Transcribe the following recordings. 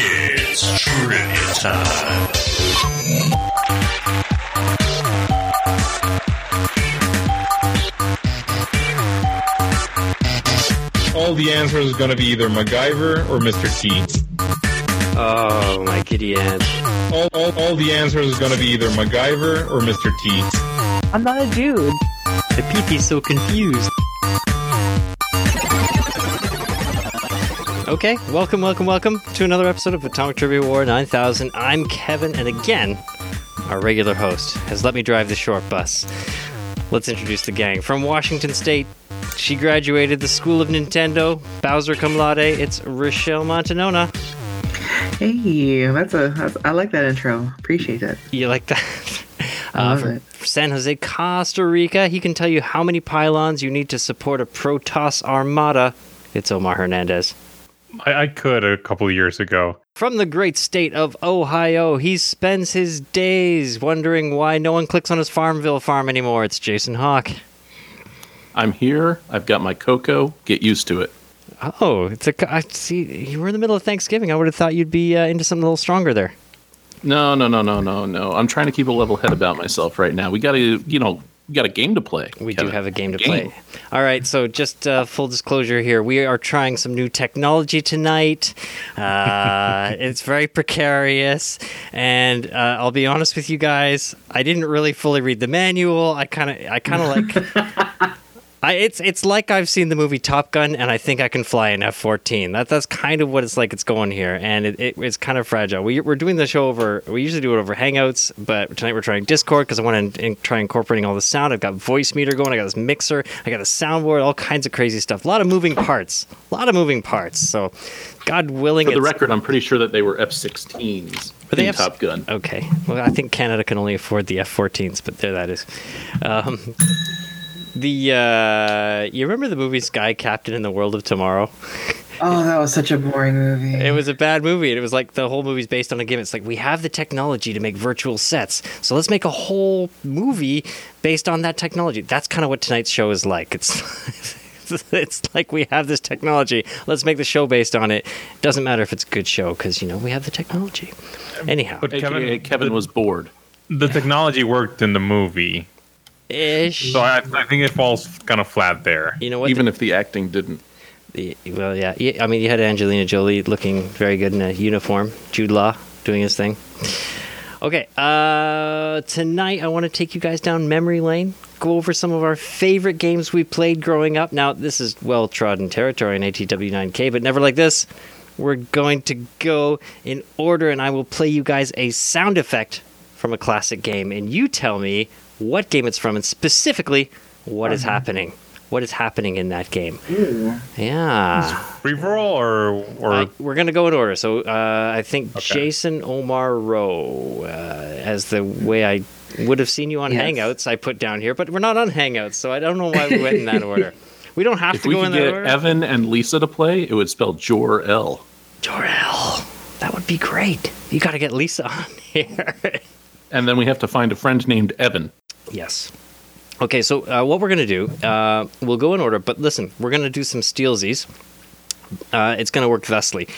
It's trivia time. All the answers are going to be either MacGyver or Mr. T. Oh, my giddy aunt. All, all, all the answers are going to be either MacGyver or Mr. T. I'm not a dude. The peepee's so confused. Okay, welcome, welcome, welcome to another episode of Atomic Trivia War 9000. I'm Kevin, and again, our regular host has let me drive the short bus. Let's introduce the gang. From Washington State, she graduated the School of Nintendo, Bowser cum laude, it's Rochelle Montanona. Hey, that's a. That's, I like that intro. Appreciate it. You like that? I Uh, love from it. San Jose, Costa Rica. He can tell you how many pylons you need to support a Protoss armada. It's Omar Hernandez. I, I could a couple of years ago. From the great state of Ohio, he spends his days wondering why no one clicks on his Farmville farm anymore. It's Jason Hawk. I'm here. I've got my cocoa. Get used to it. Oh, it's a. co- I see. You were in the middle of Thanksgiving. I would have thought you'd be uh, into something a little stronger there. No, no, no, no, no, no. I'm trying to keep a level head about myself right now. We got to, you know, we got a game to play. We do Kevin. have a game to Game. play. All right, so just uh, full disclosure here, we are trying some new technology tonight. Uh, it's very precarious, and uh, I'll be honest with you guys, I didn't really fully read the manual. I kind of, I kind of like. I, it's it's like I've seen the movie Top Gun, and I think I can fly an F fourteen. That that's kind of what it's like. It's going here, and it, it it's kind of fragile. We we're doing the show over. We usually do it over Hangouts, but tonight we're trying Discord because I want to in, try incorporating all the sound. I've got voice meter going. I got this mixer. I got a soundboard. All kinds of crazy stuff. A lot of moving parts. A lot of moving parts. So, God willing, For the it's- record, I'm pretty sure that they were F-16s Were they in F- Top Gun. Okay. Well, I think Canada can only afford the F-14s, but there that is. Um, the uh, you remember the movie Sky Captain in the World of Tomorrow? Oh, that was such a boring movie. It was a bad movie, and it was like the whole movie's based on a gimmick. It's like we have the technology to make virtual sets, so let's make a whole movie based on that technology. That's kind of what tonight's show is like. It's it's like we have this technology. Let's make the show based on it. Doesn't matter if it's a good show because you know we have the technology. Anyhow, But Kevin, Kevin, Kevin was bored. the technology worked in the movie, ish. so I, I think it falls kind of flat there. You know what? even if the acting didn't. Y- Well, yeah. Y- I mean, you had Angelina Jolie looking very good in a uniform, Jude Law doing his thing. Okay, uh, tonight I want to take you guys down memory lane, go over some of our favorite games we played growing up. Now, this is well trodden territory in ATW9K, but never like this. We're going to go in order, and I will play you guys a sound effect from a classic game, and you tell me what game it's from and specifically what is happening. What is happening in that game? Yeah. Free for all, or or I- we're going to go in order. So uh, I think Okay. Jason Omar Rowe, uh, as the way I would have seen you on Yes. Hangouts, I put down here, but we're not on Hangouts, so I don't know why we went in that order. We don't have If to we go in could that get order. Evan and Lisa to play, it would spell Jor L. Jor-El. That would be great. You got to get Lisa on here. And then we have to find a friend named Evan. yes. Okay, so uh, what we're going to do, uh, we'll go in order, but listen, we're going to do some steelsies. Uh, it's going to work thusly.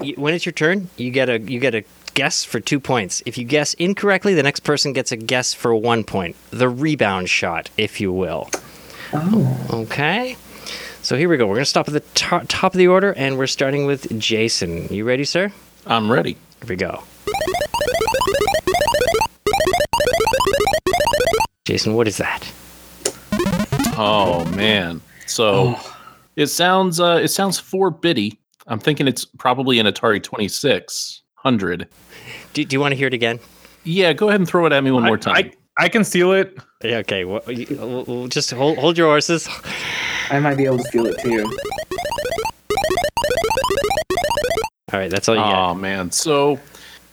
Y- When it's your turn, you get a you get a guess for two points. If you guess incorrectly, the next person gets a guess for one point. The rebound shot, if you will. oh, Okay. So here we go. We're going to stop at the to- top of the order, and we're starting with Jason. You ready, sir? I'm ready. Here we go. Jason, what is that? Oh man. So it sounds uh it sounds four bitty. I'm thinking it's probably an Atari 2600. Do, do you want to hear it again? Yeah, go ahead and throw it at me one I- more time. I, I can steal it. Yeah, okay. Well, you, we'll- we'll just hold, hold your horses. I might be able to steal it too. All right, that's all you got. Oh man. So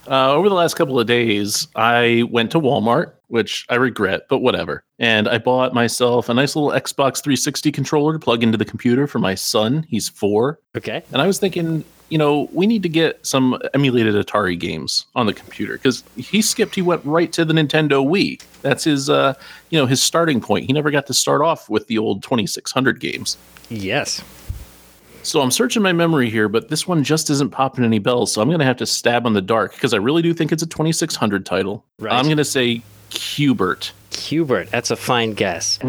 uh, over the last couple of days, I went to Walmart, which I regret, but whatever. And I bought myself a nice little Xbox 360 controller to plug into the computer for my son. He's four. Okay. And I was thinking, you know, we need to get some emulated Atari games on the computer because he skipped. He went right to the Nintendo Wii. That's his, uh, you know, his starting point. He never got to start off with the old 2600 games. Yes. So I'm searching my memory here, but this one just isn't popping any bells. So I'm going to have to stab on the dark because I really do think it's a 2600 title. Right. I'm going to say Cubert. Cubert, that's a fine guess.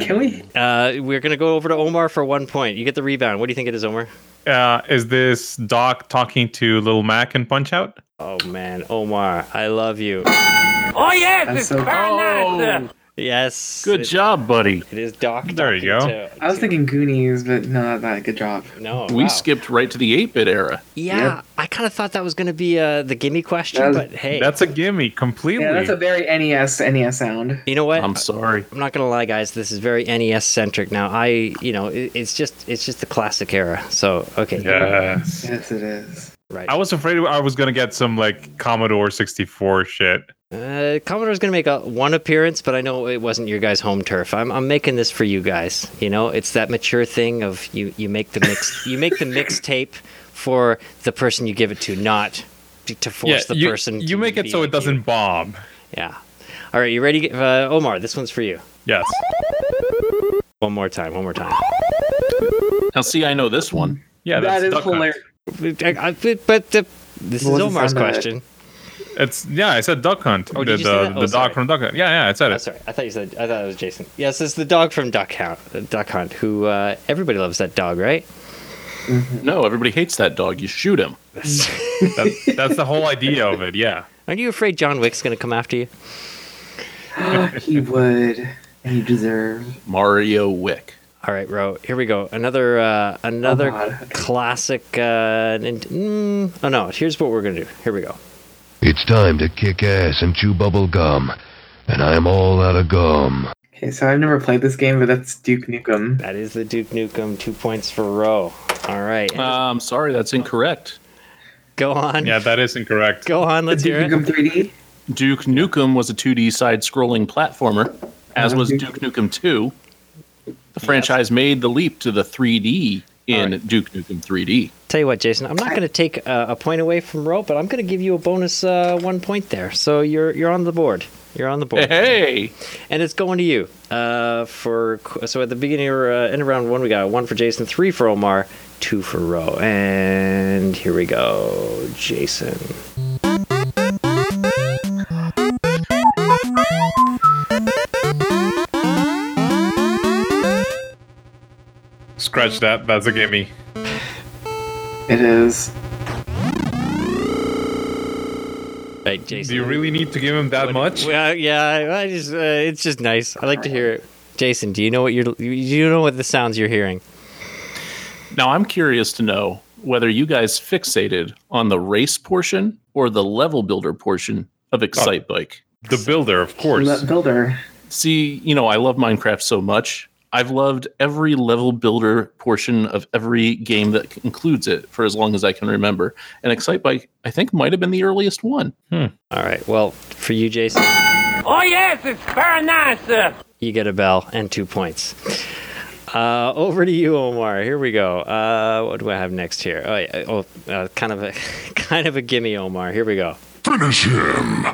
Can we? Uh, we're going to go over to Omar for one point. You get the rebound. What do you think it is, Omar? Uh, is this Doc talking to Little Mac and Punch Out? Oh, man. Omar, I love you. That's so, Oh, Yes. good it- job, buddy. It is Doc. There you talking go. to- I was thinking Goonies, but no, that's not a good job. No. We wow. skipped right to the 8 bit era. Yeah, Yep. I kind of thought that was going to be uh, the gimme question, That's- but hey. That's a gimme completely. Yeah, that's a very E NES NES sound. you know what? I'm sorry. I'm not gonna lie, guys. This is very NES centric. Now, I, you know, it, it's just, it's just the classic era. So, okay, yes. Yes, it is. right. I was afraid I was gonna get some like Commodore 64 shit. Uh, Commodore's gonna make a, one appearance, but I know it wasn't your guys' home turf. I'm, I'm making this for you guys. You know, it's that mature thing of you, you make the mix, you make the mixtape for the person you give it to, not to- to force the you, person. you to make be it so like it doesn't you. bomb. Yeah. All right, you ready, uh, Omar? This one's for you. Yes. One more time. One more time. Now, see, I know this one. Yeah, that that's is Duck Hunt. hilarious. But, I- I- but uh, this is What was the Omar's sound of it? question. It's yeah, I said Duck Hunt. Oh, the did you say the- that? Oh, the sorry. dog from Duck Hunt. Yeah, yeah, I said Oh, it. sorry. I thought you said. I thought it was Jason. Yes, it's the dog from Duck Hunt. Duck Hunt, who uh, everybody loves that dog, right? No, everybody hates that dog. You shoot him. That, that's the whole idea of it. Yeah. Aren't you afraid John Wick's going to come after you? Ah, he would. And you deserve. Mario Wick. All right, Ro. Here we go. Another uh, another Oh, God. classic. Uh, Nint- mm, oh no! Here's what we're going to do. Here we go. It's time to kick ass and chew bubble gum. And I'm all out of gum. Okay, so I've never played this game, but that's Duke Nukem. That is the Duke Nukem. Two points for Ro. All right. Uh, I'm sorry, that's incorrect. go on. Yeah, that is incorrect. Go on. Let's Duke hear it. Nukem 3D. Duke Nukem was a 2D side scrolling platformer, as was Mhm. Duke Nukem 2. The franchise made the leap to the 3D in Duke Nukem 3D. Tell you what, Jason. I'm not going to take uh, a point away from Ro, but I'm going to give you a bonus uh, one point there. So you're you're on the board. You're on the board. Hey! And it's going to you. Uh, for so at the beginning or uh, end of round one, we got one for Jason, three for Omar, two for Ro, and here we go, Jason. Scratch that. That's a gimme. It is. Right, Jason. Do you really need to give him that much? Well, yeah, I- I just uh, it's just nice. I like to hear it. Jason, do you know what you're? Do you know what the sounds you're hearing? Now I'm curious to know whether you guys fixated on the race portion or the level builder portion of Excite Bike. The builder, of Let course. Builder. See, you know, I love Minecraft so much. I've loved every level builder portion of every game that includes it for as long as I can remember. And Excite Bike, I think, might have been the earliest one. All right. Well, for you, Jason. Oh yes, it's very nice. You get a bell and two points. Uh, over to you, Omar. Here we go. Uh, what do I have next here? Oh, yeah, oh uh, kind of a kind of a gimme, Omar. Here we go. Finish him.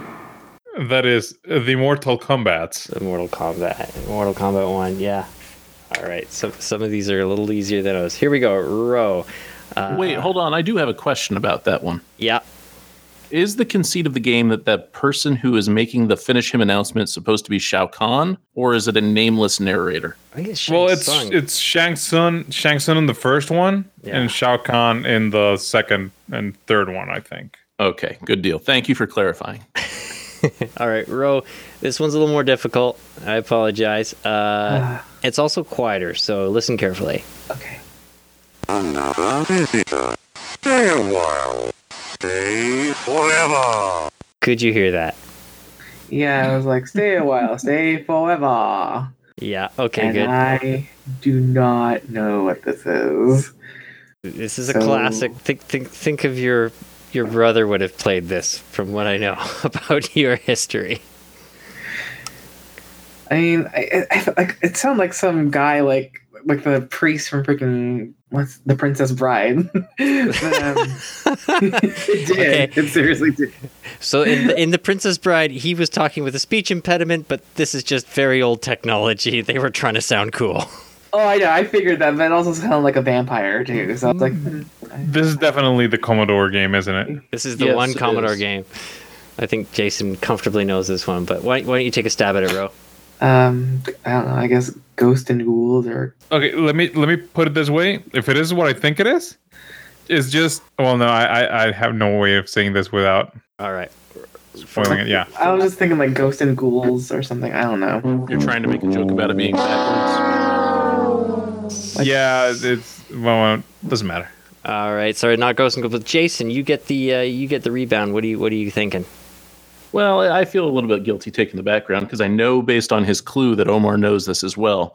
That is the Mortal Kombat. The Mortal Kombat, Mortal Kombat One. Yeah. All right. So some of these are a little easier than others. Here we go. Row. Wait, hold on. I do have a question about that one. Yeah. Is the conceit of the game that that person who is making the finish him announcement supposed to be Shao Kahn, or is it a nameless narrator? I think it's Well, Shang it's Tsung. it's Shang Tsung, Shang Tsung in the first one, Yeah. and Shao Kahn in the second and third one, I think. Okay, good deal. Thank you for clarifying. All right, Ro, this one's a little more difficult. I apologize. Uh-huh. Uh, it's also quieter, so listen carefully. Ah, Okay. Another visitor. Stay a while. Stay forever. Could you hear that? Yeah, I was like, stay a while, stay forever. Yeah. Okay. and good. I do not know what this is. this is a so- classic. Think, think, think of your your brother would have played this, from what I know about your history. I mean, I, I, I, like, it sounds like some guy like like the priest from freaking what's the Princess Bride. but, um, it Okay. did. It seriously did. So in the, in the Princess Bride, he was talking with a speech impediment, but this is just very old technology. They were trying to sound cool. Oh, I know. I figured that, but it also sounded like a vampire too. So I was like, hmm, This is definitely the Commodore game, isn't it? This is the Yes, one it Commodore is. game. I think Jason comfortably knows this one, but why, why don't you take a stab at it, Ro? um, I don't know. I guess ghost and ghouls or Okay, let me let me put it this way. If it is what I think it is, it's just well, no, I I, I have no way of saying this without All right. spoiling it. Yeah, I was just thinking like ghost and ghouls or something. I don't know. You're trying to make a joke about it being backwards. yeah, it's well, it doesn't matter. All right. Sorry, not Ghost and Goblins. but Jason, you get the uh, you get the rebound. What do you What are you thinking? Well, I I feel a little bit guilty taking the background because I know based on his clue that Omar knows this as well.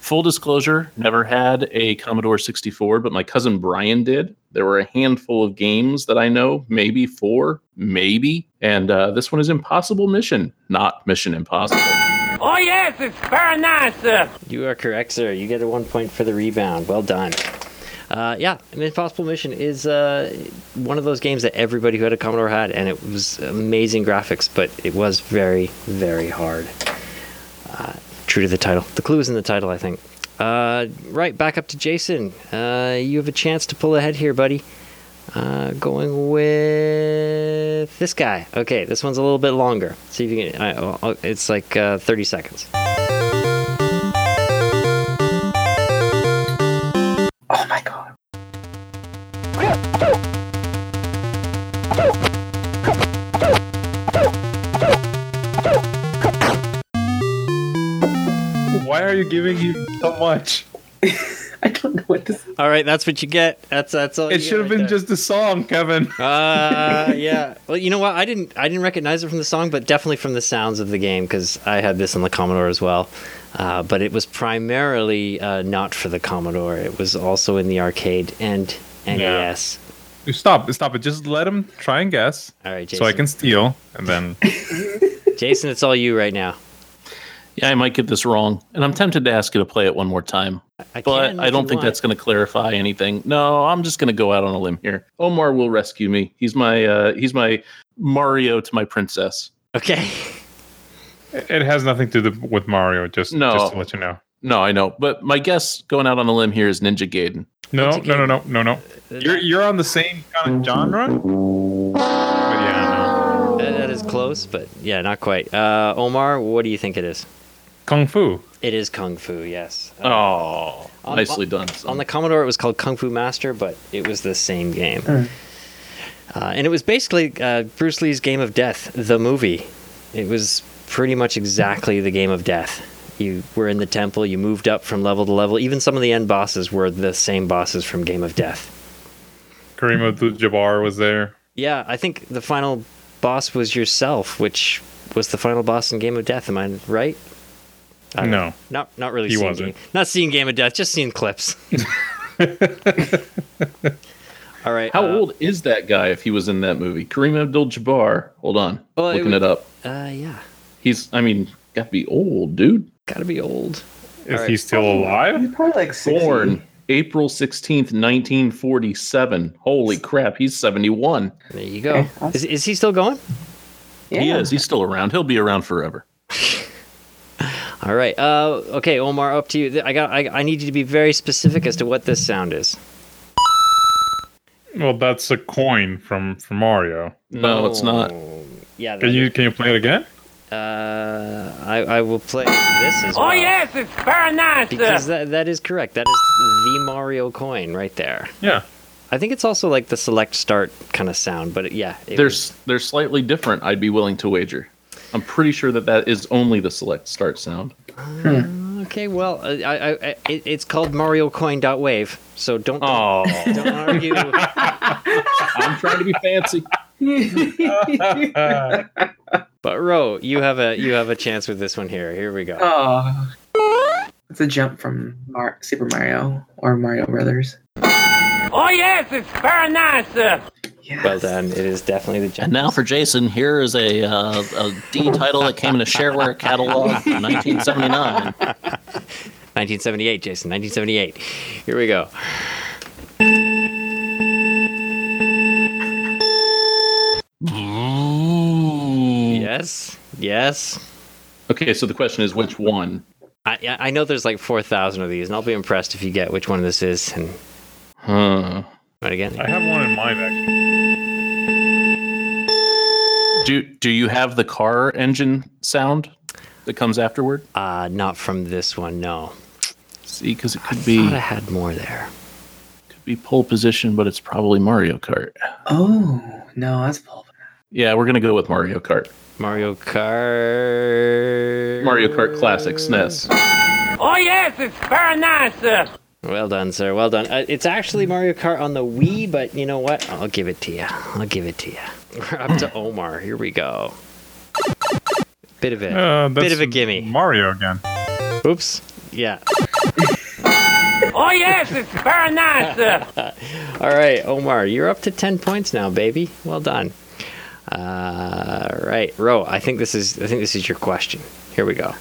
Full disclosure, never had a Commodore 64, but my cousin Brian did. There were a handful of games that I know, maybe four, maybe. And uh, this one is Impossible Mission, not Mission Impossible. Oh, yes, it's very nice, sir. You are correct, sir. You get a one point for the rebound. Well done. Uh, yeah, an Impossible Mission is uh, one of those games that everybody who had a Commodore had, and it was amazing graphics, but it was very, very hard. Uh, true to the title. The clue is in the title, I think. Uh, right, back up to Jason. Uh, you have a chance to pull ahead here, buddy. Uh, going with this guy. Okay, this one's a little bit longer. See if you can. I, I'll- it's like uh, 30 seconds. Oh my god. Why are you giving you so much? I don't know what to. Say. All right, that's what you get. That's that's all. you It get should have right been there. just a song, Kevin. Uh, yeah. Well, you know what? I didn't I didn't recognize it from the song, but definitely from the sounds of the game because I had this on the Commodore as well. Uh, but it was primarily uh, not for the Commodore. It was also in the arcade and E NES. Stop! Stop it! Just let him try and guess, All right, Jason. so I can steal, and then Jason, it's all you right now. yeah, I might get this wrong. And I'm tempted to ask you to play it one more time, I but can I if don't you think want. that's going to clarify anything. No, I'm just going to go out on a limb here. Omar will rescue me. He's my uh, he's my Mario to my princess. okay. it has nothing to do with Mario. Just No. just to let you know. No, I know, but my guess going out on a limb here is Ninja Gaiden. No, Once no, no, no, no, no. Uh, You're you're on the same kind of genre. But yeah, no. That- that is close, but yeah, not quite. Uh, Omar, what do you think it is? Kung Fu. It is Kung Fu. Yes. Oh, On- nicely done. on the Commodore, it was called Kung Fu Master, but it was the same game. Uh, and it was basically uh, Bruce Lee's Game of Death, the movie. It was pretty much exactly the Game of Death. You were in the temple, you moved up from level to level. Even some of the end bosses were the same bosses from Game of Death. Kareem Abdul-Jabbar was there. Yeah, I think the final boss was yourself, which was the final boss in Game of Death. Am I right? I don't know. No, Not not really. He seen wasn't. Game, not seeing Game of Death, just seeing clips. All right. How uh, old is that guy if he was in that movie? Kareem Abdul-Jabbar. Hold on, Well, it looking it would- up. Uh, yeah, He's, I mean, got to be old, dude. gotta be old. is All he right. still alive? He's probably like 60. Born April sixteenth, nineteen forty-seven. Holy crap, he's seventy-one. There you go. Is, is he still going? He Yeah. is. He's still around. He'll be around forever. All right. Uh, okay, Omar, up to you. Th- I got. I, I need you to be very specific as to what this sound is. Well, that's a coin from from Mario. No, it's not. Oh, Yeah. That Can you can you play it again? Uh, I I will play this as well. Oh, yes, it's very nice, Because sir. that, that is correct. That is the Mario coin right there. Yeah. I think it's also like the select start kind of sound, but it- yeah. it They're was- s- they're slightly different. I'd be willing to wager. I'm pretty sure that that is only the select start sound. okay. Well, uh, I, I, I it, it's called Mario Coin dot Wave. So don't don't, Oh, don't argue. I'm trying to be fancy. Uh, but Ro, you have a you have a chance with this one here. Here we go. Oh. It's a jump from Mar- Super Mario or Mario Brothers. Oh, yes, it's very nice, sir. Yes. Well done. It is definitely the And now for Jason, here is a, uh, a D title that came in a shareware catalog in 1979. 1978, Jason. 1978. Here we go. Yes. Yes. Mm. Okay, so the question is which one? I, I, I know there's like four thousand of these, and I'll be impressed if you get which one this is. And Huh. what again? I have one in mind actually. Do do you have the car engine sound that comes afterward? Uh, not from this one. No, See, because it could thought be I had more there. could be pole position, but it's probably Mario Kart. Oh no, that's Pulp. Yeah, we're gonna go with Mario Kart. Mario Kart. Mario Kart Classic E SNES. Oh yes, it's very nice, sir. Well done, sir. Well done. Uh, it's actually Mario Kart on the Wii, but you know what? I'll give it to you. I'll give it to you. We're up to Omar. Here we go. Bit of it. Uh, that's Bit of a gimme. Mario again. Oops. Yeah. Oh yes, it's very nice, uh. sir. All right, Omar, you're up to 10 points now, baby. Well done. Uh, all right, Ro, I think this is I think this is your question. Here we go.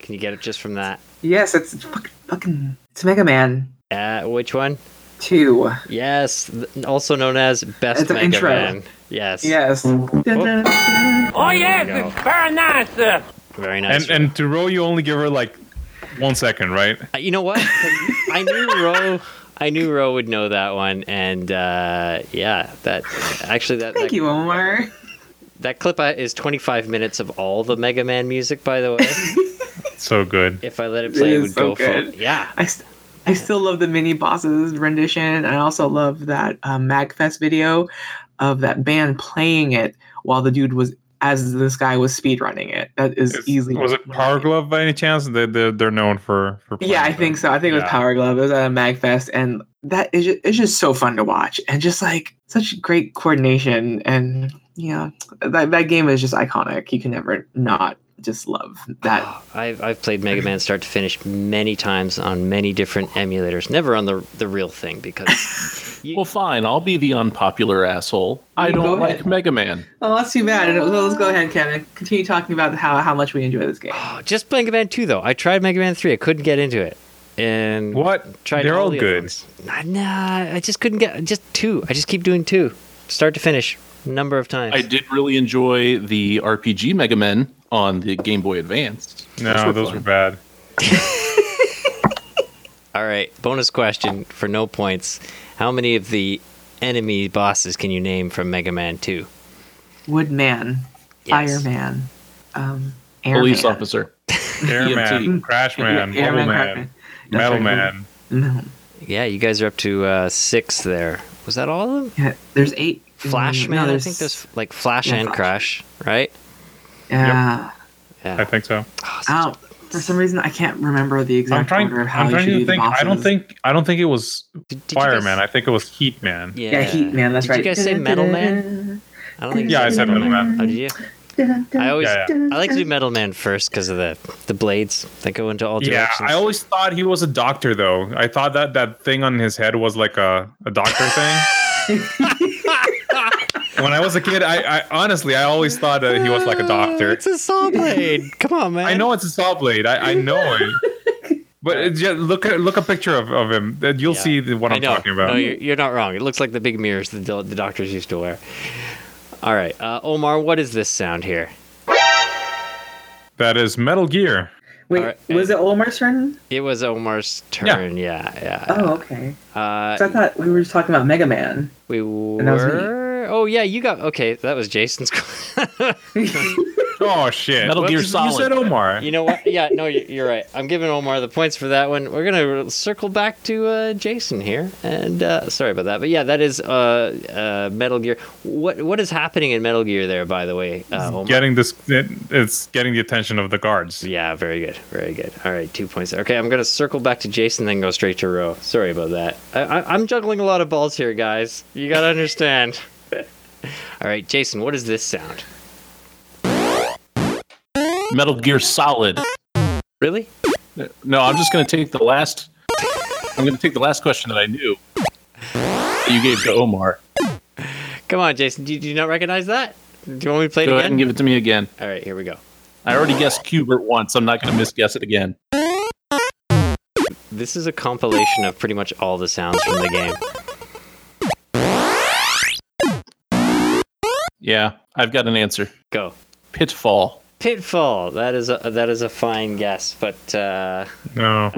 Can you get it just from that? Yes, it's fucking, fucking it's Mega Man Uh, which one? Two. Yes, th- also known as Best It's an Mega intro. Man. Yes. Yes. Mm-hmm. Oh yes, it's very nice, uh. sir. Very nice. And and to roll, you only give her like one second, right? Uh, you know what? I knew Ro. I knew Ro would know that one, and uh, yeah, that actually that Thank that, you, Omar. That clip uh, is 25 minutes of all the Mega Man music, by the way. So good. if I let it It play, it, is would so go for good. yeah. I, st- I still love the mini bosses rendition. I also love that um, Magfest video of that band playing it while the dude was as this guy was speedrunning it. That is It's- easily was it Power Glove by any chance? They they're, they're known for for. Yeah, I playing think so. I think it Yeah. was Power Glove. It was at a Magfest, and that is just, it's just so fun to watch, and just like such great coordination, and yeah, that that game is just iconic. You can never not just love that. Oh, I've, I've played Mega Man start to finish many times on many different emulators, never on the the real thing because Well, fine. I'll be the unpopular asshole. I You go don't like ahead. Mega Man. Oh, that's too bad. And- well, let's go ahead, Kevin. Continue talking about how how much we enjoy this game. Oh, just Mega Man 2 though. I tried Mega Man 3, I couldn't get into it. And What? Tried they're all the good. other ones. Nah, I just couldn't get just 2. I just keep doing 2 start to finish a number of times. I did really enjoy the RPG Mega Men on the Game Boy Advance. No, those were fun. bad. All right, bonus question for no points. How many of the enemy bosses can you name from Mega Man 2? Woodman, Yes. Fireman, um, Airman. Police officer. Airman, EMT. Crashman, Yeah, Bubble Airman, Man, Crackman. That's Metal right. Man. No, Yeah, you guys are up to uh, six there. Was that all of them? yeah, there's eight. Flash Mm, Man, I think there's like Flash Yeah, and Flash. Crash, right? Yeah. I Yeah. think so. Oh, such- Oh, uh, for some reason I can't remember the exact I'm trying. order of how I'm you trying should do to the think. I don't bosses. think. I don't think it was Did- did you guys- Fireman. I think it was Heat Man. yeah. Yeah, Heat Man. That's did right. You guys say Metal Man? I don't think. you Yeah, I said Metal Man. Oh, did you? I always Yeah, I like to do Metal Man first because of the the blades that go into all Yeah, directions. I always thought he was a doctor, though. I thought that that thing on his head was like a, a doctor thing. when I was a kid, I, I honestly, I always thought that he was like a Oh, doctor. It's a saw blade. Come on, man. I know it's a saw blade. I, I know it. But it just, look at look a picture of, of him. and You'll Yeah. see the, what I I'm know. talking about. No, you're, you're not wrong. It looks like the big mirrors the, do- the doctors used to wear. All right, uh, Omar, what is this sound here? that is Metal Gear. Wait, Alright, was it Olmar's turn? It was Omar's turn. Yeah, yeah. Oh, okay. Uh, 'Cause I thought we were just talking about Mega Man. we that was me. were. Oh yeah, you got okay. That was Jason's. que- Oh shit! Metal Gear you Solid. said Omar. you know what? Yeah, no, you- you're right. I'm giving Omar the points for that one. We're gonna circle back to uh, Jason here, and uh, sorry about that, but yeah, that is uh, uh, Metal Gear. What what is happening in Metal Gear there, by the way, uh, Omar? getting this, it, it's getting the attention of the guards. Yeah, very good, very good. All right, two points. Okay, I'm gonna circle back to Jason, then go straight to Roe. Sorry about that. I, I, I'm juggling a lot of balls here, guys. You gotta understand. All right, Jason, what is this sound? Metal Gear Solid. Really? No, I'm just going to take the last. I'm going to take the last question that I knew. that You gave to Omar. Come on, Jason. Do, you- do you not recognize that? Do you want me to play it Go ahead again? and give it to me again. All right, here we go. I already guessed Cubert once. I'm not going to misguess it again. This is a compilation of pretty much all the sounds from the game. Yeah, I've got an answer. Go. Pitfall. Pitfall. That is a that is a fine guess, but uh, No.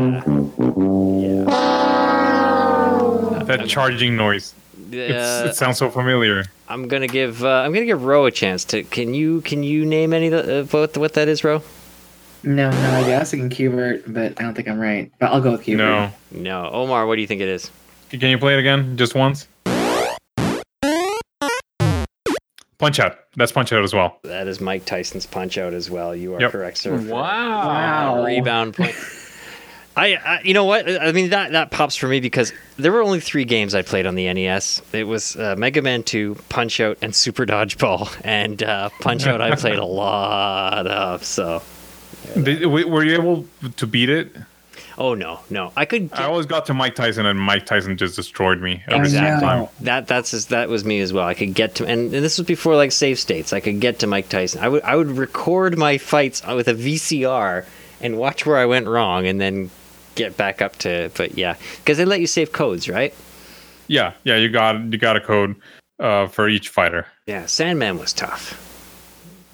That charging noise. It's, uh, it sounds so familiar. I'm gonna give uh, I'm gonna give Ro a chance to. Can you can you name any of the, uh, what what that is, Ro? No, no idea. I was thinking Qbert, but I don't think I'm right. But I'll go with Qbert. No. No, Omar. What do you think it is? Can you play it again? Just once? Punch out. That's punch out as well. That is Mike Tyson's punch out as well. You are Yep. correct, sir. Wow. Rebound point. I, I, you know what? I mean that that pops for me because there were only three games I played on the NES. It was uh, Mega Man Two, Punch Out, and Super Dodgeball. And uh, Punch Out I played a lot of. So, Did, w- were you able to beat it? oh no, no, I could. I always got to Mike Tyson, and Mike Tyson just destroyed me every single Exactly. time. That that's as that was me as well. I could get to, and, and this was before like save states. I could get to Mike Tyson. I would I would record my fights with a VCR and watch where I went wrong, and then get back up to. But yeah, because they let you save codes, right? Yeah, yeah, you got you got a code uh, for each fighter. Yeah, Sandman was tough.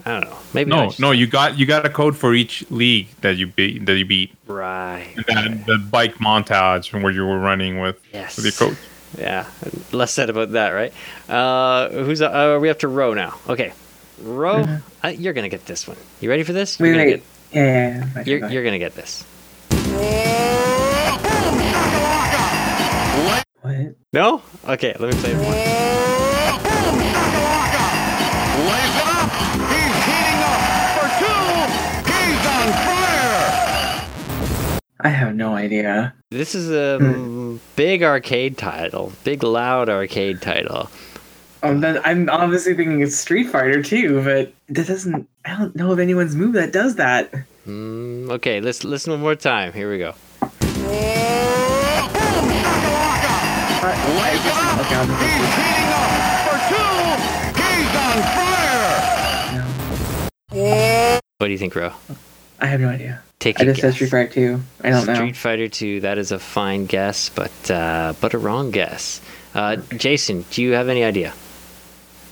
I don't know. Maybe I No, just- no, you got you got a code for each league that you beat that you beat. Right. That, the bike montage from where you were running with Yes. with your coach. Yeah. Less said about that, right? Uh, who's uh, we have to row now? Okay, row. Uh, you're gonna get this one. You ready for this? Mm-hmm. Wait, You're gonna wait. Yeah, yeah, yeah. get- you're, you're gonna get this. What? No? Okay, let me play it. one. I have no idea. This is a Hmm. mm, big arcade title, big loud arcade title. Um, then I'm obviously thinking it's Street Fighter too, but that doesn't. I don't know of anyone's move that does that. Mm, okay, let's listen one more time. Here we go. Okay, I'll just- What do you think, Ro? I have no idea. Take I a just said guess. Street Fighter 2. I don't know. Street Fighter 2. That is a fine guess, but uh, but a wrong guess. Uh, Jason, do you have any idea?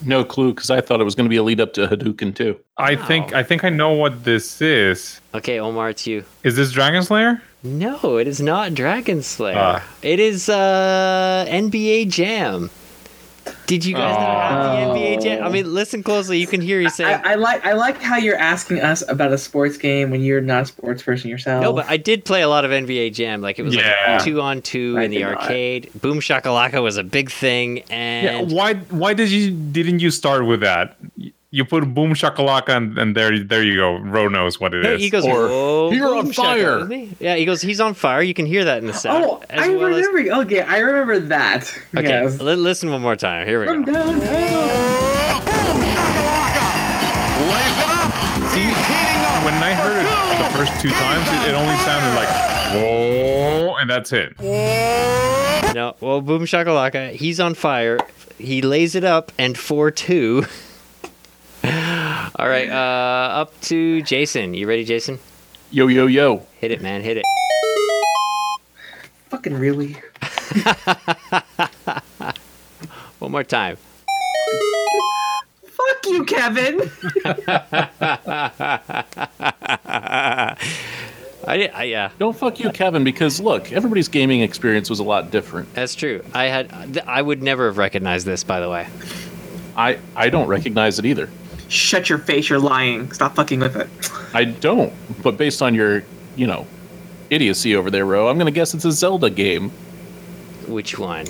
No clue because I thought it was going to be a lead up to Hadouken too. I think I think I know what this is. Okay, Omar, it's you. Is this Dragon Slayer? No, it is not Dragon Slayer. Ah. it is uh, NBA Jam. Did you guys not have the NBA Jam? I mean, listen closely. You can hear you saying. Oh. I, I like I like how you're asking us about a sports game when you're not a sports person yourself. No, but I did play a lot of NBA Jam. Like it was Yeah. like two on two I in the did not. arcade. Boom Shakalaka was a big thing, Yeah. and Why why did you didn't you start with that? You put boom shakalaka and, and there there you go. Ro knows what it is. No, he goes, Or, "Whoa, "You're on Boom Shaka," fire. doesn't he? Yeah, he goes, "He's on fire." You can hear that in the sound. oh, as I well as- remember. Okay, I remember that. Okay, Yes. li- listen one more time. Here we From go. downtown. See, when I heard it the first two times, it, it only sounded like whoa, and that's it. No, well, Boom Shakalaka, he's on fire. He lays it up and four two. All right, uh, up to Jason. You ready, Jason? Yo yo yo. Hit it, man. Hit it. Fucking really. One more time. Fuck you, Kevin. I did. I, yeah. Don't fuck you, Kevin, because look, everybody's gaming experience was a lot different. That's true. I had. th- I would never have recognized this, by the way. I I don't recognize it either. Shut your face. You're lying. Stop fucking with it. I don't. But based on your, you know, idiocy over there, Ro, I'm going to guess it's a Zelda game, Which one?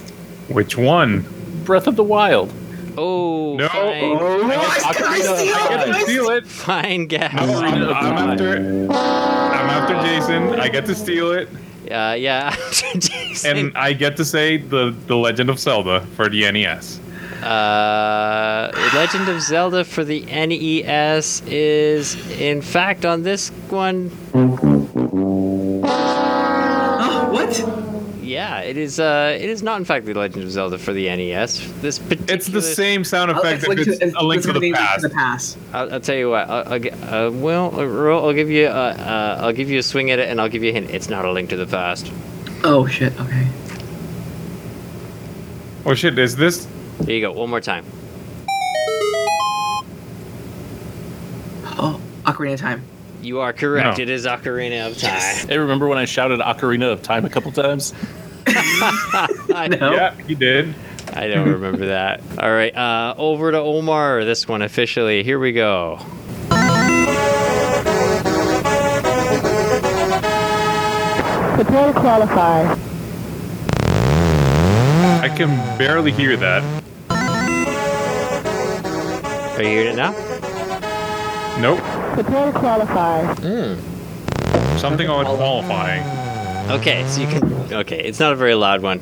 Which one? Breath of the Wild. Oh, No. fine, Oh, Guys, can I Ocarina- steal I this? I steal it. fine I'm, guess. I'm- Ocarina of I'm Time. after. I'm after Jason. I get to steal it, Uh, yeah. Jason. and I get to say the the Legend of Zelda for the E NES. Uh, Legend of Zelda for the NES is, in fact, on this one. Oh, what? Yeah, it is. Uh, it is not, in fact, the Legend of Zelda for the NES. This particular. It's the same sound Oh, effect. like if it's it's- a link it's to like the a link past. to the past. I'll, I'll tell you what. I'll, I'll, gi- uh, well, uh, Ro, I'll give you. Uh, uh, I'll give you a swing at it, and I'll give you a hint. It's not a Link to the Past. Oh shit. Okay. Oh shit! Is this? There you go. One more time. Ocarina of Oh, Time. You are correct. No. It is Ocarina of Time. Hey, remember when I shouted Ocarina of Time a couple times? No. Yeah, he did. I don't remember that. All right, uh, over to Omar. This one officially. Here we go. Prepare to qualify. I can barely hear that. Are you hearing it now? Nope. Hmm. Prepare to qualify. Something on qualifying. Okay, so you can. Okay, it's not a very loud one.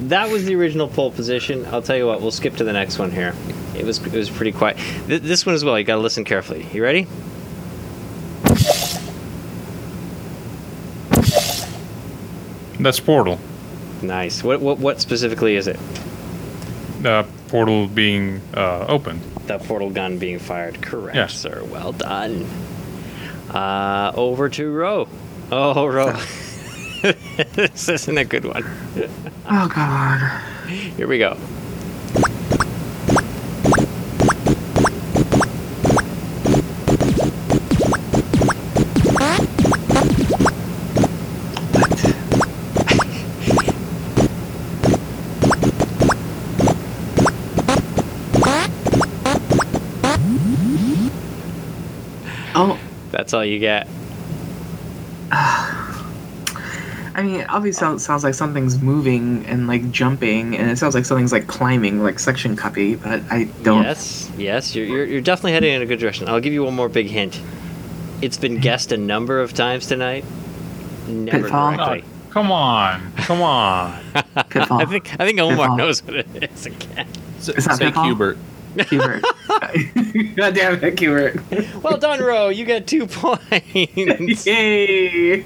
That was the original pole position. I'll tell you what. We'll skip to the next one here. It was it was pretty quiet. Th- this one as well. You got to listen carefully. You ready? That's Portal. Nice. What what what specifically is it? Uh, portal being uh, opened. The portal gun being fired. Correct, Yes. sir. Well done. Uh, over to Ro. Oh, Ro. this isn't a good one. Oh god. Here we go. Oh, That's all you get. I mean, it obviously sounds, sounds like something's moving and like jumping, and it sounds like something's like climbing, like suction cuppy. But I don't. Yes, yes, you're, you're, you're definitely heading in a good direction. I'll give you one more big hint. It's been guessed a number of times tonight. Never Pitfall. correctly. Come on. Come on. Pitfall. I think I think Omar Pitfall. knows what it is again. S- Is that say Pitfall? Hubert. Hubert. god damn it, Hubert. Well done, Ro. You got two points. Yay.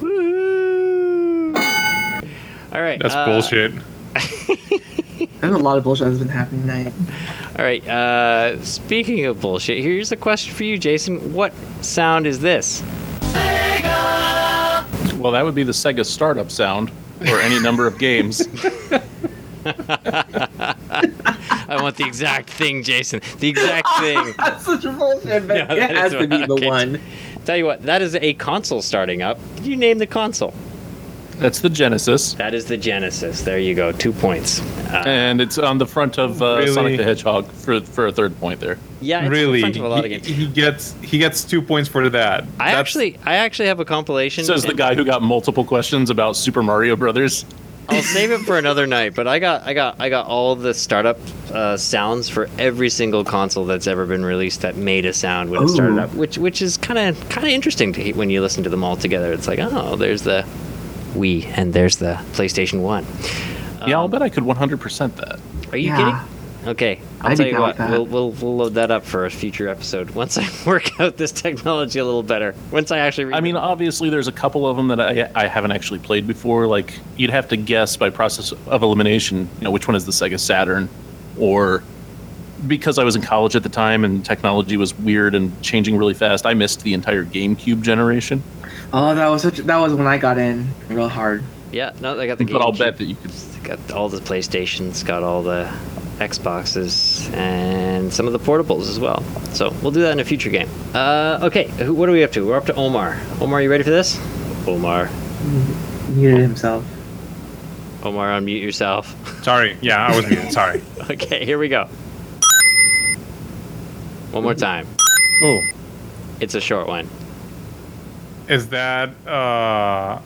Woo! All right. That's uh, bullshit. There's a lot of bullshit that's been happening tonight. All right. Uh, speaking of bullshit, here's a question for you, Jason. What sound is this? Well, that would be the Sega startup sound for any number of games. I want the exact thing, Jason. The exact thing. That's such bullshit, but No, that it has is to be what- the okay. one. Tell you what, that is a console starting up. Did you name the console? That's the Genesis, That is the Genesis. There you go. Two points. Uh, and it's on the front of uh, Really? Sonic the Hedgehog for for a third point there. yeah, it's in really? front of a lot of he, games. he gets he gets two points for that. I That's- actually, I actually have a compilation. Says the and guy who got multiple questions about Super Mario Brothers. I'll save it for another night. But I got, I got, I got all the startup uh, sounds for every single console that's ever been released that made a sound when it started Ooh. up, which, which is kind of, kind of interesting to he- when you listen to them all together. It's like, oh, there's the Wii, and there's the PlayStation One. Oh. Um, yeah, I'll bet I could 100% that. Are you Yeah. kidding? Okay, I'll I'd be tell you down what. with that. We'll, we'll we'll load that up for a future episode once I work out this technology a little better. Once I actually, read I mean, it. obviously, there's a couple of them that I, I haven't actually played before. Like, you'd have to guess by process of elimination, you know, which one is the Sega Saturn, or because I was in college at the time and technology was weird and changing really fast, I missed the entire GameCube generation. Oh, that was such. That was when I got in real hard. yeah, no, they got the. but I'll GameCube, bet that you could. they got all the PlayStations, got all the Xboxes, and some of the portables as well. So we'll do that in a future game. Uh, okay, who, what are we up to? We're up to Omar. Omar, you ready for this? Omar, Muted himself. Omar, unmute yourself. Sorry. Yeah, I was muted. Sorry. okay, here we go. One more time. Oh, It's a short one. is that uh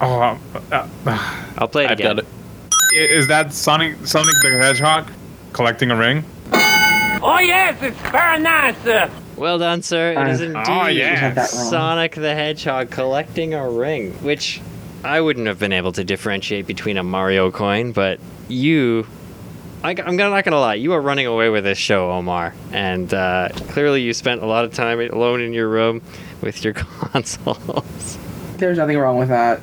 oh uh, uh, uh, I'll play it I've again. got it. is that Sonic Sonic the Hedgehog collecting a ring? Oh yes, it's Paranasa. Well done, sir. It is indeed Uh, oh, yeah. had that wrong. Sonic the Hedgehog collecting a ring, which I wouldn't have been able to differentiate between a Mario coin, but you. I, am not gonna lie, you are running away with this show, Omar, and uh, clearly you spent a lot of time alone in your room with your consoles. There's nothing wrong with that.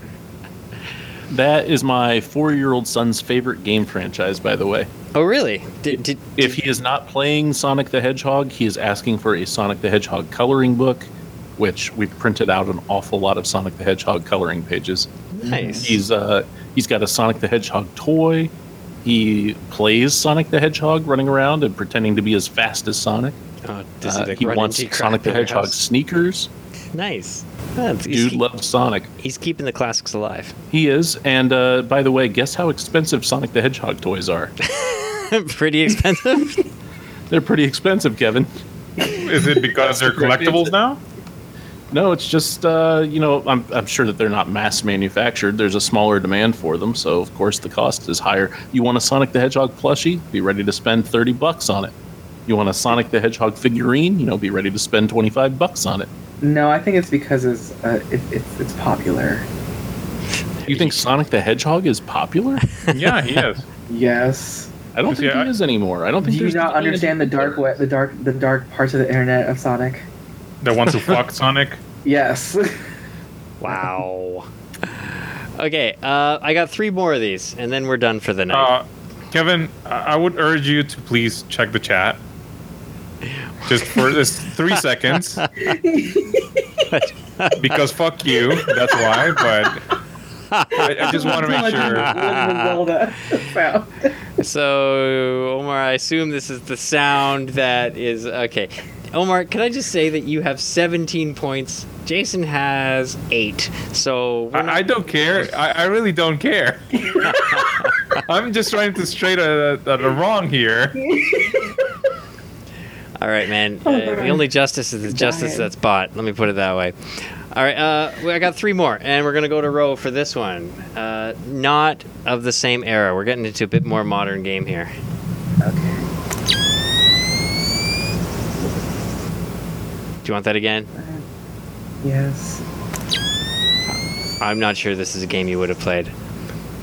That is my four-year-old son's favorite game franchise, by the way. oh, really? Did, did, If he is not playing Sonic the Hedgehog, he is asking for a Sonic the Hedgehog coloring book, which we've printed out an awful lot of Sonic the Hedgehog coloring pages. nice. He's uh, he's got a Sonic the Hedgehog toy. He plays Sonic the Hedgehog running around and pretending to be as fast as Sonic. Oh, this Uh, is a he run wants into Sonic the Crap Bear Hedgehog house. sneakers. Nice. Oh, he's, Dude loves Sonic. he's keeping the classics alive. He is. And uh, by the way, guess how expensive Sonic the Hedgehog toys are? Pretty expensive. They're pretty expensive, Kevin. Is it because they're collectibles now? No, it's just uh, you know I'm I'm sure that they're not mass manufactured. There's a smaller demand for them, so of course the cost is higher. You want a Sonic the Hedgehog plushie? Be ready to spend thirty bucks on it. You want a Sonic the Hedgehog figurine? You know, be ready to spend twenty five bucks on it. No, I think it's because it's uh, it, it's it's popular. You think Sonic the Hedgehog is popular? Yeah, he is. Yes. I don't think Yeah, I- he is anymore. I don't Do think. you there's not any- understand the dark web, the dark the dark parts of the internet of Sonic? The ones who fuck Sonic. Yes. wow. Okay, uh, I got three more of these, and then we're done for the night. Uh, Kevin, I I would urge you to please check the chat. Just for this three seconds. because fuck you, that's why. But I, I just want to make sure. Uh. So, Omar, I assume this is the sound that is okay. Omar, can I just say that you have 17 points? Jason has eight. So we're I, I don't care. I, I really don't care. I'm just trying to straight a, a, a wrong here. All right, man. Uh, the only justice is the justice Dying. that's bought. Let me put it that way. All right, uh, well, I got three more, and we're gonna go to row for this one. Uh, not of the same era. We're getting into a bit more modern game here. Do you want that again? yes. I'm not sure this is a game you would have played,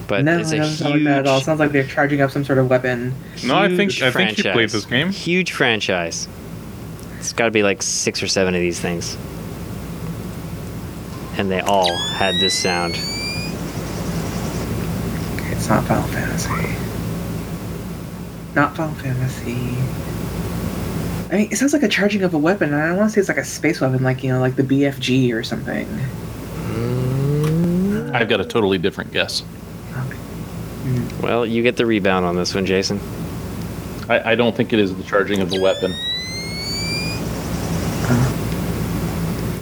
but no, it's it a doesn't sound like that at all. It huge, sounds like they're charging up some sort of weapon. No, I think huge I think you played franchise. this game. Huge franchise. It's got to be like six or seven of these things, and they all had this sound. Okay, it's not Final Fantasy. Not Final Fantasy. I mean, it sounds like a charging of a weapon. and I want to say it's like a space weapon, like you know, like the BFG or something. I've got a totally different guess. Well, you get the rebound on this one, Jason. I, I don't think it is the charging of the weapon.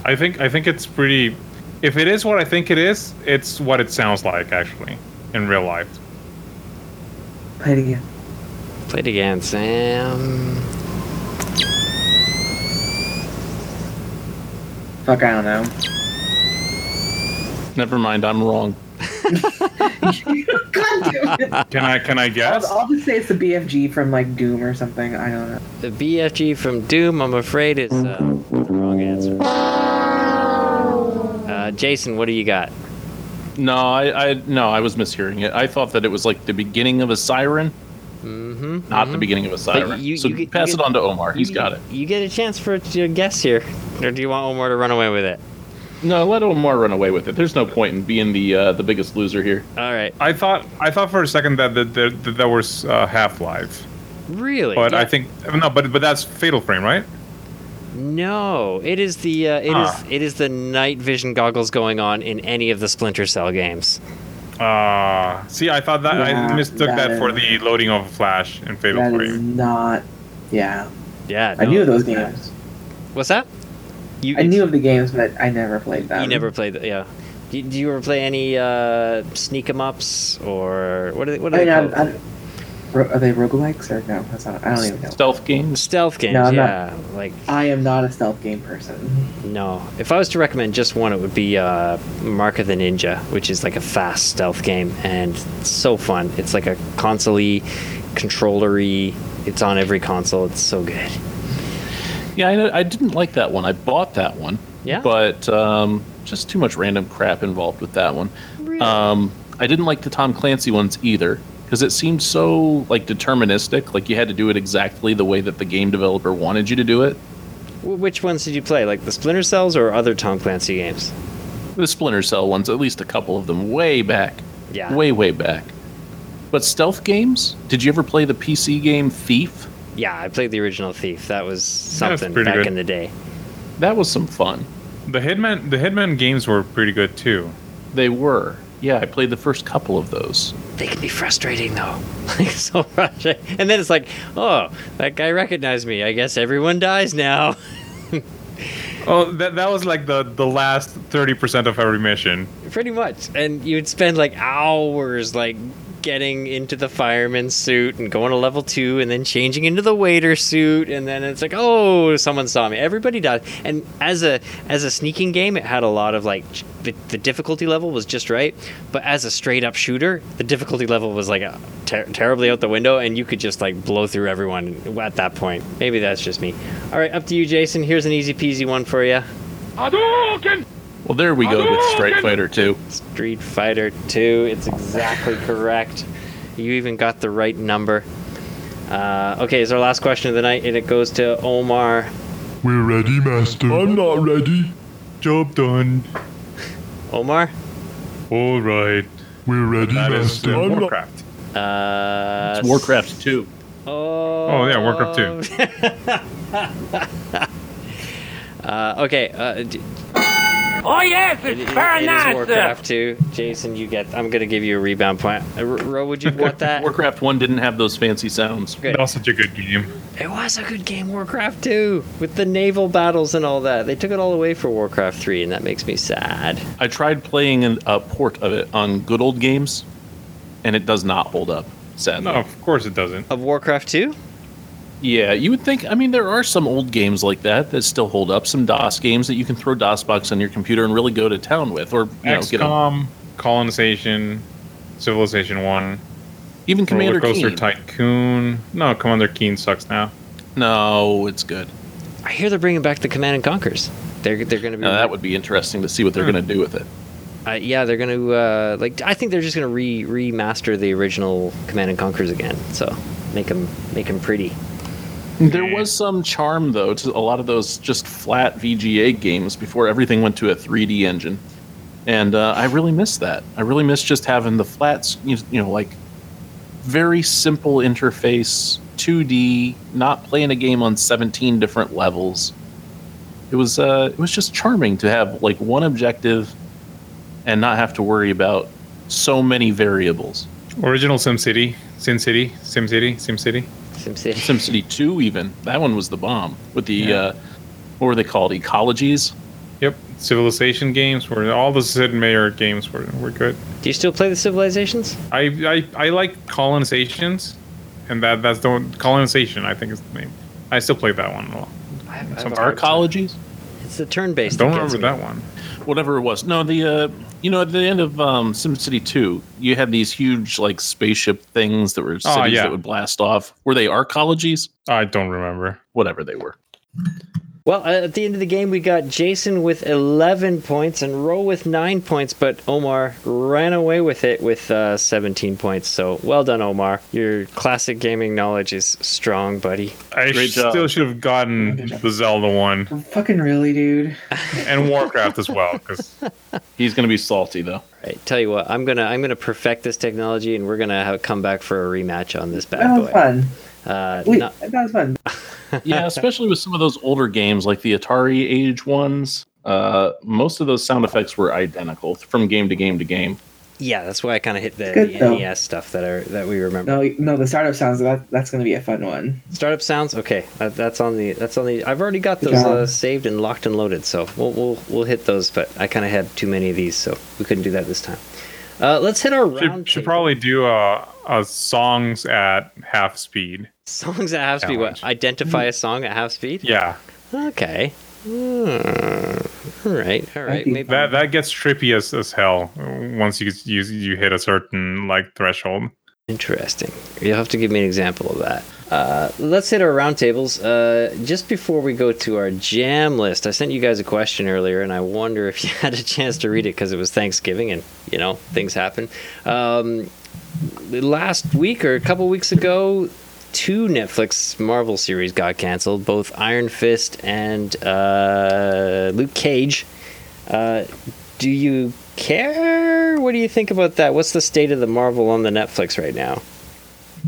I think I think it's pretty. If it is what I think it is, it's what it sounds like actually in real life. Play it again. Play it again, Sam. Fuck, I don't know. Never mind, I'm wrong. God damn it! Can I can I guess? I'll just say it's the BFG from like Doom or something. I don't know. The BFG from Doom, I'm afraid, is uh, the wrong answer. Uh, Jason, what do you got? No, I, I no, I was mishearing it. I thought that it was like the beginning of a siren, Mm-hmm. not the beginning of a siren. you- so you get- pass you it get- on to Omar. He's got it. You get a chance for a guess here, or do you want Omar to run away with it? No, let Omar run away with it. There's no point in being the uh, the biggest loser here. All right, I thought I thought for a second that that, that, that there was uh, Half Life, really? but I Yeah. think no, but but that's Fatal Frame, right? no. It is the uh, it is Ah. it is the night vision goggles going on in any of the Splinter Cell games. Uh see, I thought that Yeah, I mistook that that for is- the loading of Flash in Fatal That is Frame. not. Yeah, Yeah, I no. knew those games. What's that? You I knew of the games, but I never played them. You never played that, yeah. Do, do you ever play any uh, sneak 'em ups or what are they? What are I they mean, called? I, I, ro- are they roguelikes or no? That's not. I don't even know. Stealth games. Stealth games, No, I'm not- yeah. Like I am not a stealth game person. no, if I was to recommend just one, it would be uh, Mark of the Ninja, which is like a fast stealth game and it's so fun. It's like a console-y, controller-y. It's on every console. It's so good. Yeah, I, I didn't like that one. I bought that one. Yeah? But um, just too much random crap involved with that one. Um, I didn't like the Tom Clancy ones either because it seemed so like deterministic. Like you had to do it exactly the way that the game developer wanted you to do it. Wh- Which ones did you play? Like the Splinter Cells or other Tom Clancy games? the Splinter Cell ones, at least a couple of them, way back. Yeah. Way, way back. But stealth games? Did you ever play the PC game Thief? Yeah, I played the original Thief. That was That's something pretty back good. in the day. That was some fun. The Hitman the Hitman games were pretty good too. They were. yeah, I played the first couple of those. They can be frustrating though. Like so much. And then it's like, oh, that guy recognized me. I guess everyone dies now. Oh, that, that was like the, the last 30% of every mission. Pretty much. And you'd spend like hours like getting into the fireman's suit and going to level two and then changing into the waiter suit and then it's like, oh, someone saw me. Everybody died. And as a as a sneaking game, it had a lot of like j- the, the difficulty level was just right. But as a straight up shooter, the difficulty level was like a, ter- terribly out the window and you could just like blow through everyone at that point. Maybe that's just me. All right, up to you, Jason. Here's an easy peasy one for you. Hadouken! Well, there we go with Strike Fighter 2. Street Fighter 2. It's exactly correct. You even got the right number. Uh, okay, it's our last question of the night, and it goes to Omar. We're ready, Master. I'm not ready. Job done. Omar? All right. We're ready, That is uh, Warcraft. Uh, It's Warcraft 2. Oh, Oh, yeah, Warcraft 2. Uh, okay, uh, d- Oh yes, it, it, it's it is Paranasa! Warcraft 2. Jason, you get. I'm going to give you a rebound point. Uh, R- Ro, would you want that? Warcraft 1 didn't have those fancy sounds. Good. That was such a good game. It was a good game, Warcraft 2, with the naval battles and all that. They took it all away for Warcraft 3, and that makes me sad. I tried playing an, a port of it on good old games, and it does not hold up, sadly. No, of course it doesn't. Of Warcraft 2? Yeah, you would think. I mean, there are some old games like that that still hold up. Some DOS games that you can throw DOSBox on your computer and really go to town with, or you know, get a, XCOM, Colonization, Civilization 1, even Commander Roller Coaster Keen. Tycoon. No, Commander Keen sucks now. No, it's good. I hear they're bringing back the Command and Conquers. They're they're going to be Now, that would be interesting to see what they're Hmm. going to do with it. uh, yeah they're going to uh, like I think they're just going to re remaster the original Command and Conquers again. So make them make 'em pretty. There was some charm though to a lot of those just flat VGA games before everything went to a 3D engine, and uh, I really miss that. I really miss just having the flats, you you know, like very simple interface, 2D, not playing a game on 17 different levels. It was uh, it was just charming to have like one objective, and not have to worry about so many variables. Original SimCity, SimCity, SimCity, SimCity. SimCity. SimCity 2 even that one was the bomb with the uh, what were they called ecologies Yep. Civilization games were all the Sid Meier games were, were good. Do you still play the Civilizations? I, I I like colonizations, and that that's the one, colonization I think is the name. I still play that one a lot. I, I Some have a hard time. arcologies It's the turn based. Don't remember that one. whatever it was no the uh, you know at the end of um, SimCity 2 you had these huge like spaceship things that were cities yeah. that would blast off were they arcologies I don't remember. whatever they were Well, uh, at the end of the game, we got Jason with 11 points and Ro with 9 points, but Omar ran away with it with uh, 17 points. So well done, Omar. Your classic gaming knowledge is strong, buddy. I Great sh- job. still should have gotten the Zelda one Fucking really, dude. and Warcraft as well because he's gonna be salty though All right, tell you what, I'm gonna I'm gonna perfect this technology, and we're gonna have, come back for a rematch on this bad That was boy. fun. Uh, Wait, not- that was fun. yeah especially with some of those older games like the Atari age ones uh, most of those sound effects were identical from game to game to game yeah, that's why I kind of hit the, Good the though. NES stuff that are that we remember. No, no, the startup sounds that that's gonna be a fun one. Startup sounds okay. That, that's on the that's on the. I've already got Good those job. uh, saved and locked and loaded, so we'll we'll, we'll hit those. But I kind of had too many of these, so we couldn't do that this time. Uh, let's hit our round. should, should table. probably do a, a songs at half speed. songs at half speed. Challenge. What identify a song at half speed? Yeah, Okay. Hmm. all right. All right. be Maybe. that that gets trippy as, as hell once you you you hit a certain like threshold. Interesting. You'll have to give me an example of that. Uh, let's hit our roundtables. Uh, just before we go to our jam list, I sent you guys a question earlier, and I wonder if you had a chance to read it because it was Thanksgiving and, you know, things happen. Um, last week or a couple weeks ago, two Netflix Marvel series got canceled, both Iron Fist and uh, Luke Cage. Uh, do you care? What do you think about that? What's the state of the Marvel on the Netflix right now?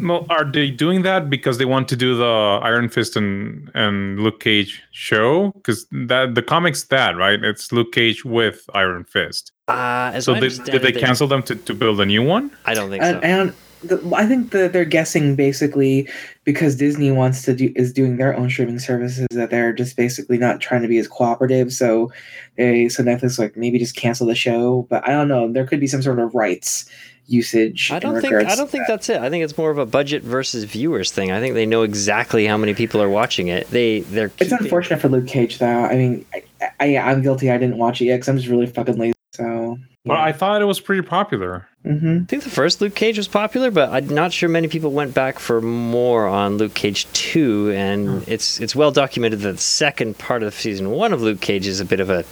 Well, are they doing that because they want to do the Iron Fist and, and Luke Cage show? Because that the comics that right, it's Luke Cage with Iron Fist. Uh, as So I they, understand did they it, cancel them to, to build a new one? I don't think so. And, and the, I think that they're guessing basically because Disney wants to do is doing their own streaming services that they're just basically not trying to be as cooperative. So they so Netflix like maybe just cancel the show. But I don't know. There could be some sort of rights usage. I in don't think regards I to don't think that. that's it. I think it's more of a budget versus viewers thing. I think they know exactly how many people are watching it. They they're It's keeping- unfortunate for Luke Cage though. I mean, I, I I'm guilty. I didn't watch it yet because I'm just really fucking lazy. So. Well, I thought it was pretty popular. hmm I think the first Luke Cage was popular, but I'm not sure many people went back for more on Luke Cage 2 and it's it's well documented that the second part of season 1 of Luke Cage is a bit of a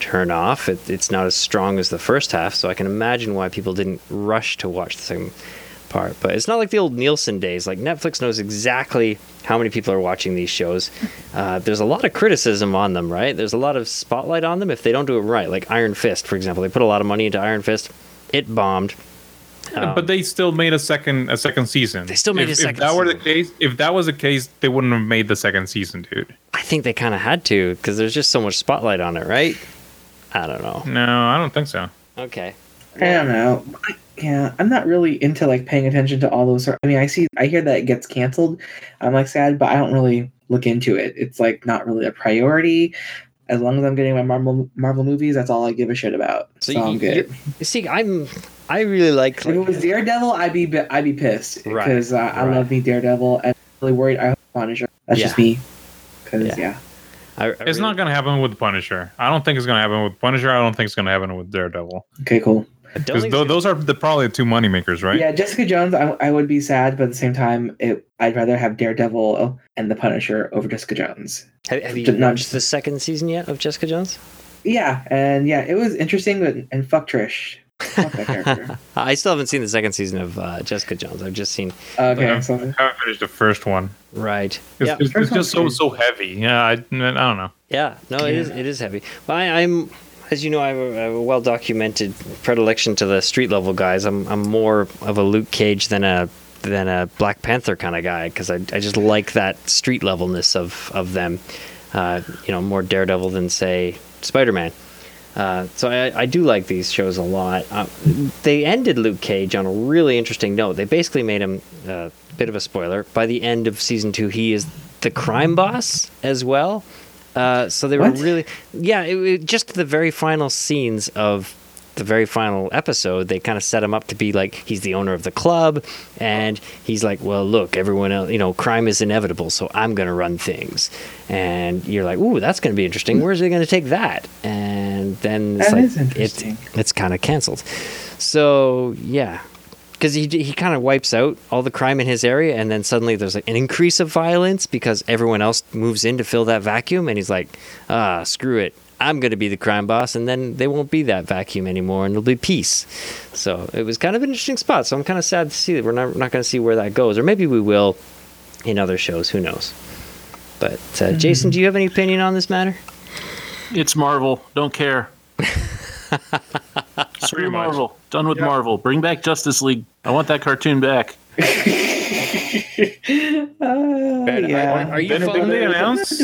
turn off. It, it's not as strong as the first half, so I can imagine why people didn't rush to watch the second part. But it's not like the old Nielsen days. Like Netflix knows exactly how many people are watching these shows. Uh, there's a lot of criticism on them, right? There's a lot of spotlight on them if they don't do it right. Like Iron Fist, for example, they put a lot of money into Iron Fist. It bombed. Um, but they still made a second a second season. They still made if, a second If that were the season. case, if that was the case, they wouldn't have made the second season, dude. I think they kind of had to because there's just so much spotlight on it, right? I don't know. No, I don't think so. Okay. I don't know. I- Yeah, I'm not really into like paying attention to all those. sort- I mean, I see, I hear that it gets canceled. I'm like sad, but I don't really look into it. It's like not really a priority. As long as I'm getting my Marvel Marvel movies, that's all I give a shit about. So, you- I'm good. you're- You see, I'm. I really like. If it was Daredevil, I'd be bi- I'd be pissed Right, because uh, I right. love me Daredevil. and I'm really worried. I hope Punisher. That's just me. Yeah. Because yeah. I, I It's really- not gonna happen with Punisher. I don't think it's gonna happen with Punisher. I don't think it's gonna happen with Daredevil. Okay. Cool. I don't Because think it's- those are the, probably the two moneymakers, right? Yeah, Jessica Jones. I, I would be sad, but at the same time, it, I'd rather have Daredevil and the Punisher over Jessica Jones. have, have you Did not- watched the second season yet of Jessica Jones? Yeah, and yeah, it was interesting, but and fuck Trish. Fuck that character. I still haven't seen the second season of uh, Jessica Jones. I've just seen. Okay, Yeah. so I haven't finished the first one. Right. It's, Yeah. it's- it's First just so one's so heavy. Yeah, I, I don't know. Yeah, no, it is. It is heavy. But I, I'm, as you know, I have a, I have a well documented predilection to the street level guys. I'm, I'm more of a Luke Cage than a than a Black Panther kind of guy because I, I just like that street levelness of of them. Uh, you know, more Daredevil than say Spider Man. Uh, so I, I do like these shows a lot. Uh, they ended Luke Cage on a really interesting note. They basically made him a uh, bit of a spoiler. By the end of season two, he is the crime boss as well. Uh, so they What? were really, yeah. It, it- just the very final scenes of the very final episode, they kind of set him up to be like he's the owner of the club, and he's like, well, look, everyone else, you know, crime is inevitable, so I'm gonna run things. And you're like, ooh, that's gonna be interesting. Where's he gonna take that? And then it's That like is interesting. It, it's kind of canceled. So yeah. Because he, he kind of wipes out all the crime in his area, and then suddenly there's like an increase of violence because everyone else moves in to fill that vacuum, and he's like, ah, screw it. I'm going to be the crime boss, and then they won't be that vacuum anymore, and there'll be peace. So it was kind of an interesting spot. So I'm kind of sad to see that we're not, we're not going to see where that goes, or maybe we will in other shows. Who knows? But uh, Mm-hmm. Jason, do you have any opinion on this matter? It's Marvel. Don't care. Pretty Screw much. Marvel. Done with Marvel. Bring back Justice League. I want that cartoon back. uh, yeah. Are Didn't, you didn't they following? announce?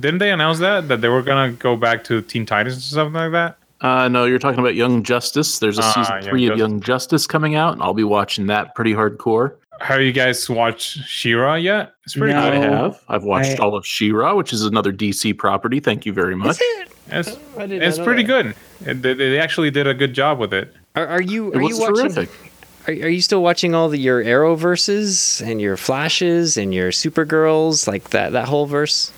Didn't they announce that that they were gonna go back to Teen Titans or something like that? Uh, no, you're talking about Young Justice. There's a Ah, season Young three of Justice. Young Justice coming out, and I'll be watching that pretty hardcore. Have you guys watched Shira yet? It's pretty No. I good. have. I've watched I- all of She-Ra, which is another DC property. Thank you very much. Is it? It's, I did not it's know pretty that. good. It- They, they actually did a good job with it. Are, are you It are was you watching? terrific. Are, are you still watching all the your Arrow verses and your Flashes and your Supergirls like that that whole verse?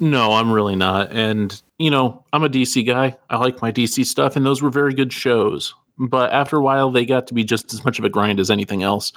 No, I'm really not. And, you know, I'm a DC guy. I like my DC stuff, and those were very good shows. But after a while, they got to be just as much of a grind as anything else.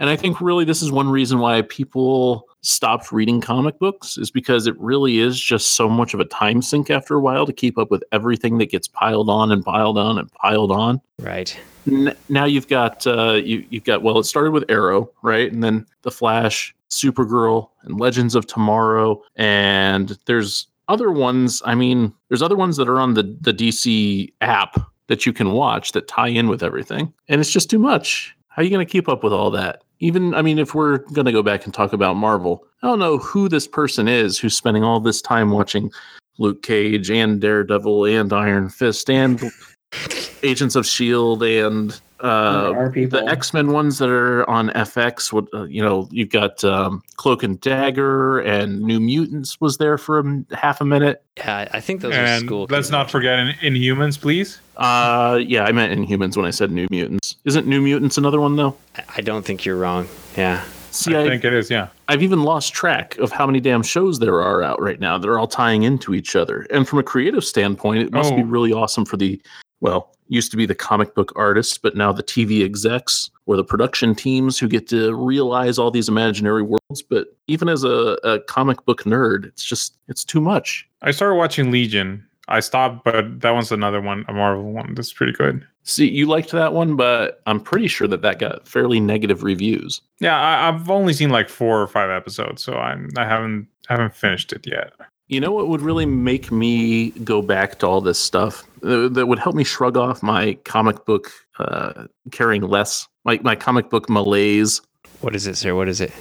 And I think really this is one reason why people stopped reading comic books is because it really is just so much of a time sink after a while to keep up with everything that gets piled on and piled on and piled on. Right. N- now you've got uh, you you've got well, it started with Arrow, right, and then the Flash, Supergirl, and Legends of Tomorrow, and there's other ones. I mean, there's other ones that are on the the DC app that you can watch that tie in with everything, and it's just too much. How are you going to keep up with all that? even I mean, if we're gonna go back and talk about Marvel, I don't know who this person is who's spending all this time watching Luke Cage and Daredevil and Iron Fist and Agents of Shield E and uh, There are people. the X Men ones that are on FX, what uh, you know, you've got um, Cloak and Dagger, and New Mutants was there for a m- half a minute. Yeah, I think those are and school. let's not forget in, Inhumans, please. Uh, yeah, I meant Inhumans when I said New Mutants. Isn't New Mutants another one though? I- I don't think you're wrong. Yeah. See, I, I, think it is. Yeah, I've even lost track of how many damn shows there are out right now that are all tying into each other. And from a creative standpoint, it must be Oh. really awesome for the, well, used to be the comic book artists, but now the TV execs or the production teams who get to realize all these imaginary worlds. But even as a, a comic book nerd, it's just, it's too much. I started watching Legion. I stopped, but that one's another one, a Marvel one. That's pretty good. See, you liked that one, but I'm pretty sure that that got fairly negative reviews. Yeah, I, I've only seen like four or five episodes, so I'm I haven't haven't finished it yet. You know what would really make me go back to all this stuff uh, that would help me shrug off my comic book uh, caring less, like my comic book malaise? What is it, sir? What is it?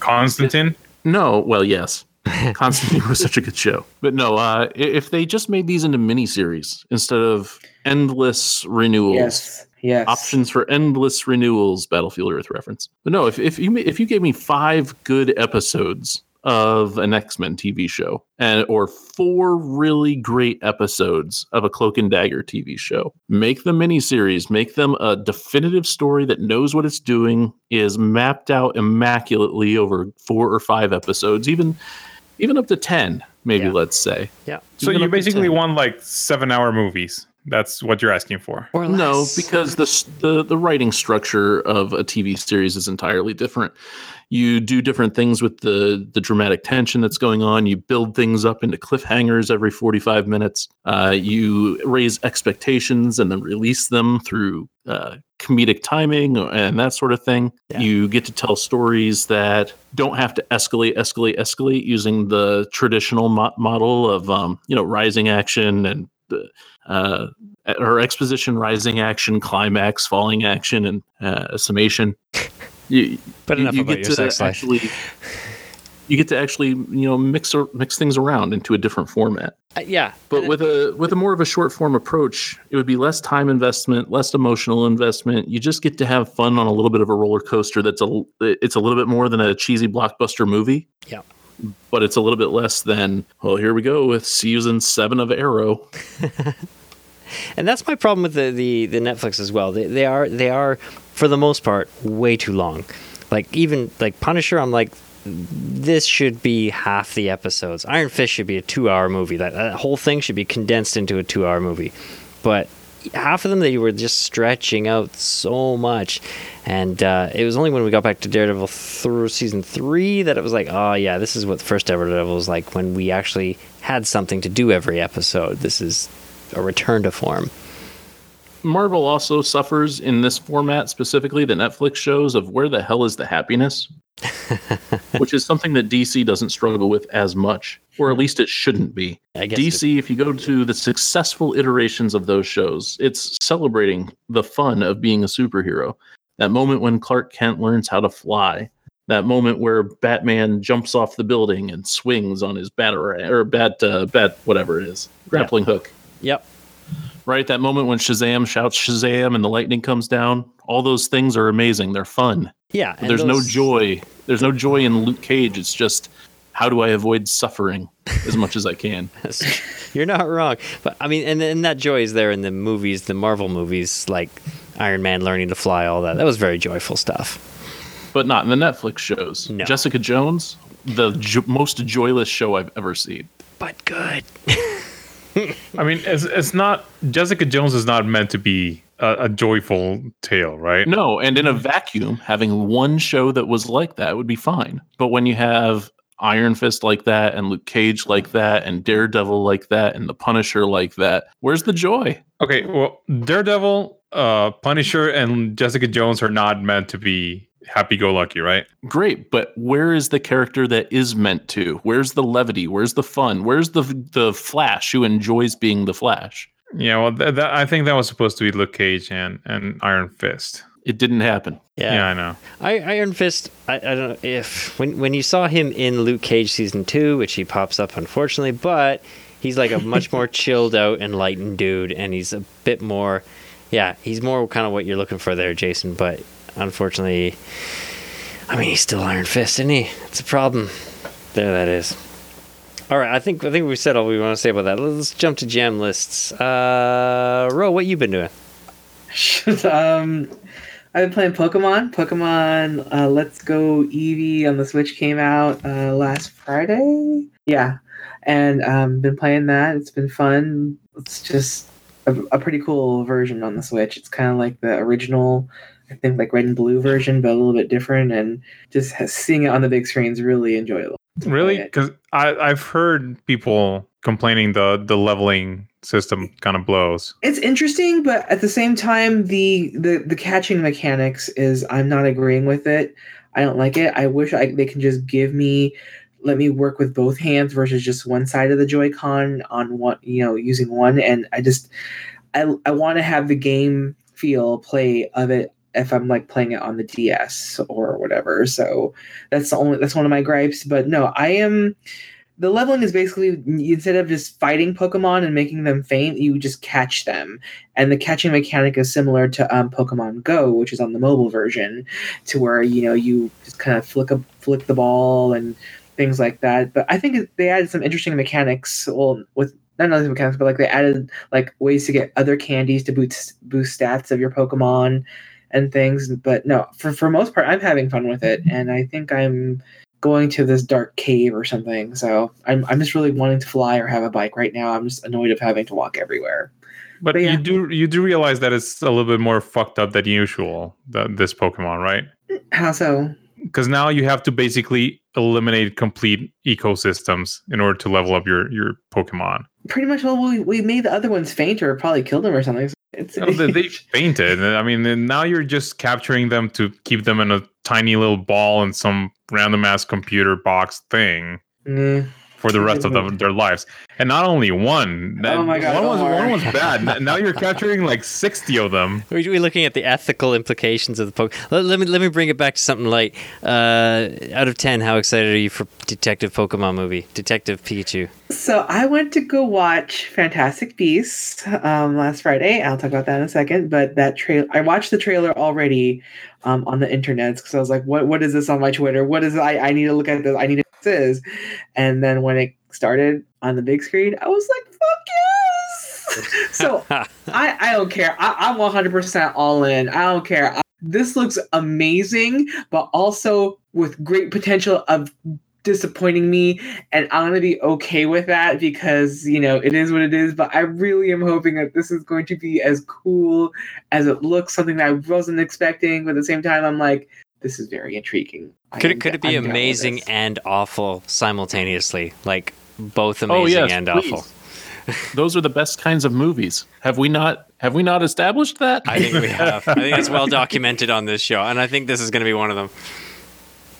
Constantine. No, well, yes. Constantine was such a good show. But no, uh, i- if they just made these into miniseries instead of endless renewals, Yes. Yes. options for endless renewals, Battlefield Earth reference. But no, if, if you ma- if you gave me five good episodes of an X Men TV show, and or four really great episodes of a Cloak and Dagger TV show, make them miniseries, make them a definitive story that knows what it's doing, is mapped out immaculately over four or five episodes, even even up to ten, maybe Yeah. let's say. Yeah. So Even you up to basically 10. want like seven hour movies. That's what you're asking for. Or No, less. because the, s- the the writing structure of a TV series is entirely different. You do different things with the the dramatic tension that's going on. You build things up into cliffhangers every forty five minutes. Uh, you raise expectations and then release them through uh, comedic timing and that sort of thing. Yeah. You get to tell stories that don't have to escalate, escalate, escalate using the traditional mo- model of um, you know rising action and. Uh, or exposition, rising action, climax, falling action, and uh, a summation. You, But you- enough you about get your to sex life. actually, You get to actually, you know, mix or, mix things around into a different format. Uh, yeah. But with a with a more of a short form approach, it would be less time investment, less emotional investment. You just get to have fun on a little bit of a roller coaster. That's a l- it's a little bit more than a cheesy blockbuster movie. Yeah. But it's a little bit less than well. Here we go with season seven of Arrow. and that's my problem with the, the, the Netflix as well. They, they are they are for the most part way too long. Like even like Punisher, I'm like this should be half the episodes. Iron Fist should be a two hour movie. That, that whole thing should be condensed into a two hour movie. But half of them they were just stretching out so much, and uh, it was only when we got back to Daredevil through season three that it was like, oh yeah, this is what the first Daredevil was like when we actually had something to do every episode. This is a return to form. Marvel also suffers in this format specifically the Netflix shows of where the hell is the happiness, which is something that DC doesn't struggle with as much, or at least it shouldn't be. I guess DC, if you go to the successful iterations of those shows, it's celebrating the fun of being a superhero. That moment when Clark Kent learns how to fly. That moment where Batman jumps off the building and swings on his bat or bat uh, bat whatever it is grappling hook Yep. right? That moment when Shazam shouts Shazam and the lightning comes down. All those things are amazing. They're fun. Yeah. But and there's no those- joy. There's no joy in Luke Cage. It's just how do I avoid suffering as much as I can? You're not wrong. But I mean, and, and that joy is there in the movies, the Marvel movies, like Iron Man learning to fly, all that. That was very joyful stuff. But not in the Netflix shows. No. Jessica Jones, the jo- most joyless show I've ever seen. But good. I mean, it's it's not Jessica Jones is not meant to be a, a joyful tale, right? No, and in a vacuum, having one show that was like that would be fine. But when you have Iron Fist like that, and Luke Cage like that, and Daredevil like that, and The Punisher like that, where's the joy? Okay, well, Daredevil, uh, Punisher, and Jessica Jones are not meant to be happy-go-lucky, right? great but where is the character that is meant to where's the levity where's the fun where's the the flash who enjoys being the flash Yeah, well, th- that, I think that was supposed to be Luke Cage and, and Iron Fist. It didn't happen. Yeah, I know. I, Iron Fist. I, I don't know if when when you saw him in Luke Cage season two, which he pops up unfortunately, but he's like a much more chilled out, enlightened dude, and he's a bit more. Yeah, he's more kind of what you're looking for there, Jason. But unfortunately, I mean, he's still Iron Fist, isn't he? It's a problem. There, that is. All right, I think I think we said all we want to say about that. Let's jump to jam lists. Uh, Ro, what you been doing? um, I've been playing Pokemon. Pokemon uh, Let's Go Eevee on the Switch came out uh, last Friday. Yeah, and um, been playing that. It's been fun. It's just a, a pretty cool version on the Switch. It's kind of like the original, I think, like red and blue version, but a little bit different. And just has, seeing it on the big screen is really enjoyable. Really? Yeah. Because I I've heard people complaining the the leveling system kind of blows. It's interesting, but at the same time, the the the catching mechanics is I'm not agreeing with it. I don't like it. I wish I, they can just give me, let me work with both hands versus just one side of the Joy-Con on one, you know, using one. And I just, I I want to have the game feel play of it if I'm like playing it on the DS or whatever. So that's the only that's one of my gripes. But no, I am the leveling is basically instead of just fighting Pokemon and making them faint, you just catch them. And the catching mechanic is similar to um, Pokemon Go, which is on the mobile version, to where you know you just kind of flick a, flick the ball and things like that. But I think it- they added some interesting mechanics. Well, with not only mechanics, but like they added like ways to get other candies to boost boost stats of your Pokemon and things. But no, for for most part, I'm having fun with it, and I think I'm going to this dark cave or something. So I'm I'm just really wanting to fly or have a bike right now. I'm just annoyed of having to walk everywhere. But But yeah. you do you do realize that it's a little bit more fucked up than usual that this Pokemon, right? How so? Because now you have to basically eliminate complete ecosystems in order to level up your your Pokemon. Pretty much, well, we, we made the other ones faint or probably killed them or something. So It's No, Oh, they, they fainted. I mean, and now you're just capturing them to keep them in a tiny little ball in some random ass computer box thing Mm. for the rest of the, their lives. And not only one. That, Oh my God, one was Omar. one was bad. N- now you're capturing like sixty of them. We're, we're looking at the ethical implications of the poke. Let, let me let me bring it back to something light. Uh, out of ten, how excited are you for Detective Pokemon movie, Detective Pikachu? So I went to go watch Fantastic Beasts um, last Friday. I'll talk about that in a second. But that trail, I watched the trailer already um, on the internet because I was like, "What? What is this on my Twitter? What is? I, I need to look at this. I need to know what this is." And then when it started on the big screen, I was like, "Fuck yes!" so I, I don't care. I, I'm 100% all in. I don't care. I- this looks amazing, but also with great potential of disappointing me. And I'm going to be okay with that because, you know, it is what it is. But I really am hoping that this is going to be as cool as it looks, something that I wasn't expecting. But at the same time, I'm like, this is very intriguing. I Could am- it could it I'm be down with amazing this. and awful simultaneously? Like both amazing Oh, yes, and please. awful. Those are the best kinds of movies. Have we not have we not established that? I think we have. I think that's well documented on this show, and I think this is going to be one of them.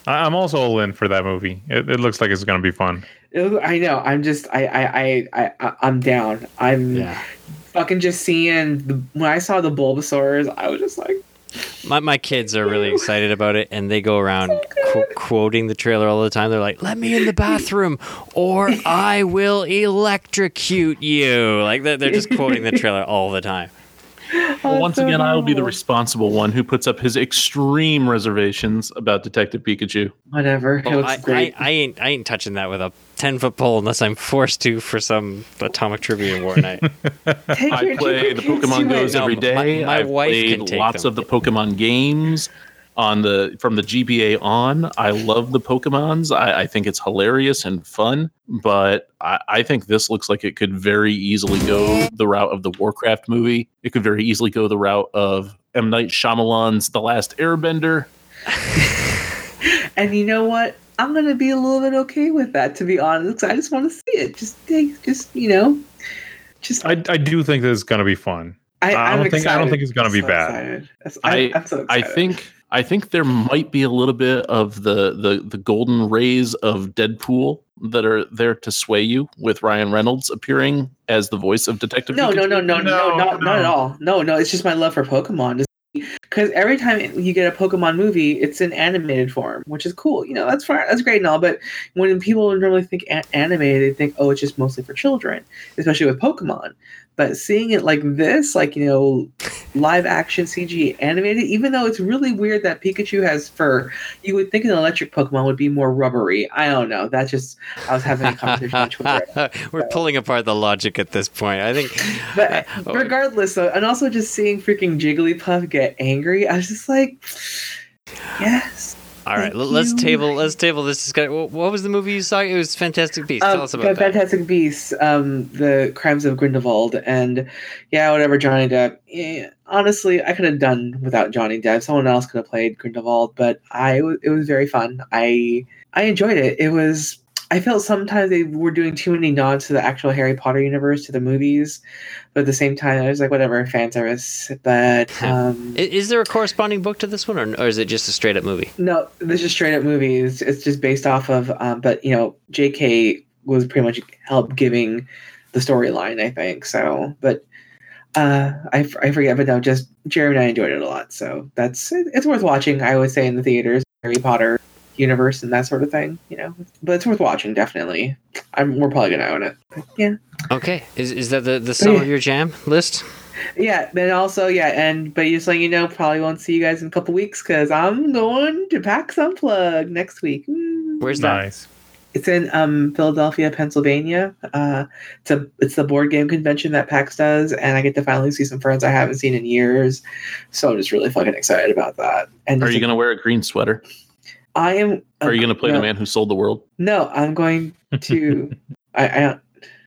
I, I'm also all in for that movie. It, it looks like it's gonna be fun. It- I know. I'm just, I, I, I, I- I I'm down. I'm. fucking just seeing the, when I saw the Bulbasaur's, I was just like, My, my kids are really excited about it, and they go around qu- quoting the trailer all the time. They're like, "Let me in the bathroom, or I will electrocute you!" Like they're, they're just quoting the trailer all the time. Well, once so again, I will be the normal. responsible one who puts up his extreme reservations about Detective Pikachu. whatever. It Oh, looks I, I, great. I ain't I ain't touching that with a ten foot pole unless I'm forced to for some atomic trivia war night. Take your- I take play your the kids Pokemon to it. Go's every No, my- day. my I've wife played can take lots them. of the Pokemon games on the from the GBA on. I love the Pokemons. I, I think it's hilarious and fun, but I, I think this looks like it could very easily go the route of the Warcraft movie. It could very easily go the route of M. Night Shyamalan's The Last Airbender. And you know what? I'm gonna be a little bit okay with that, to be honest. 'cause I just want to see it. Just take, just you know, just I, I, I do think this is gonna be fun. I, I am don't think- I don't think it's gonna be bad. I, I- am so I excited. think I think there might be a little bit of the, the the golden rays of Deadpool that are there to sway you with Ryan Reynolds appearing as the voice of Detective. no, Pikachu. no, no, no, no, No, not, not at no. all. No, no, it's just my love for Pokemon. Just because every time you get a Pokemon movie, it's in animated form, which is cool. You know, that's fine, that's great and all, but when people normally think a- animated, they think, oh, it's just mostly for children, especially with Pokemon. But seeing it like this, like you know, live action CG animated, even though it's really weird that Pikachu has fur, you would think an electric Pokemon would be more rubbery. I don't know. That's just I was having a conversation on Twitter We're pulling apart the logic at this point. I think uh, oh, but regardless, though, and also just seeing freaking Jigglypuff get angry, I was just like, yes. All right, Thank let- let's you. table let's table this discussion. Wh- What was the movie you saw? It was Fantastic Beasts. Tell Um, us about that. Fantastic Beasts, um, the Crimes of Grindelwald, and yeah, whatever Johnny Depp. Eh, honestly, I could have done without Johnny Depp. Someone else could have played Grindelwald, but I w- it was very fun. I I enjoyed it. It was. I felt sometimes they were doing too many nods to the actual Harry Potter universe, to the movies, but at the same time, I was like, whatever, fan service. But um, I- Is there a corresponding book to this one, or, or is it just a straight up movie? No, this is straight up movies. It's just based off of, um, but you know, J.K. was pretty much help giving the storyline, I think. So, but uh, I, f- I forget, but no, just Jeremy and I enjoyed it a lot. So that's it, it's worth watching. I would say in the theaters, Harry Potter universe and that sort of thing, you know. But it's worth watching definitely. I'm we're probably gonna own it. But yeah, Okay, is, is that the, the sum of your jam list? yeah. Then also, yeah, and but just letting you know, probably won't see you guys in a couple weeks because I'm going to PAX Unplugged next week. Mm. Where's that? Nice. It's in um, Philadelphia, Pennsylvania. Uh, it's a it's the board game convention that PAX does, and I get to finally see some friends I haven't seen in years. So I'm just really fucking excited about that. And Are just- you gonna wear a green sweater? I am. Are you gonna play no, the man who sold the world? No, I'm going to. I, I don't.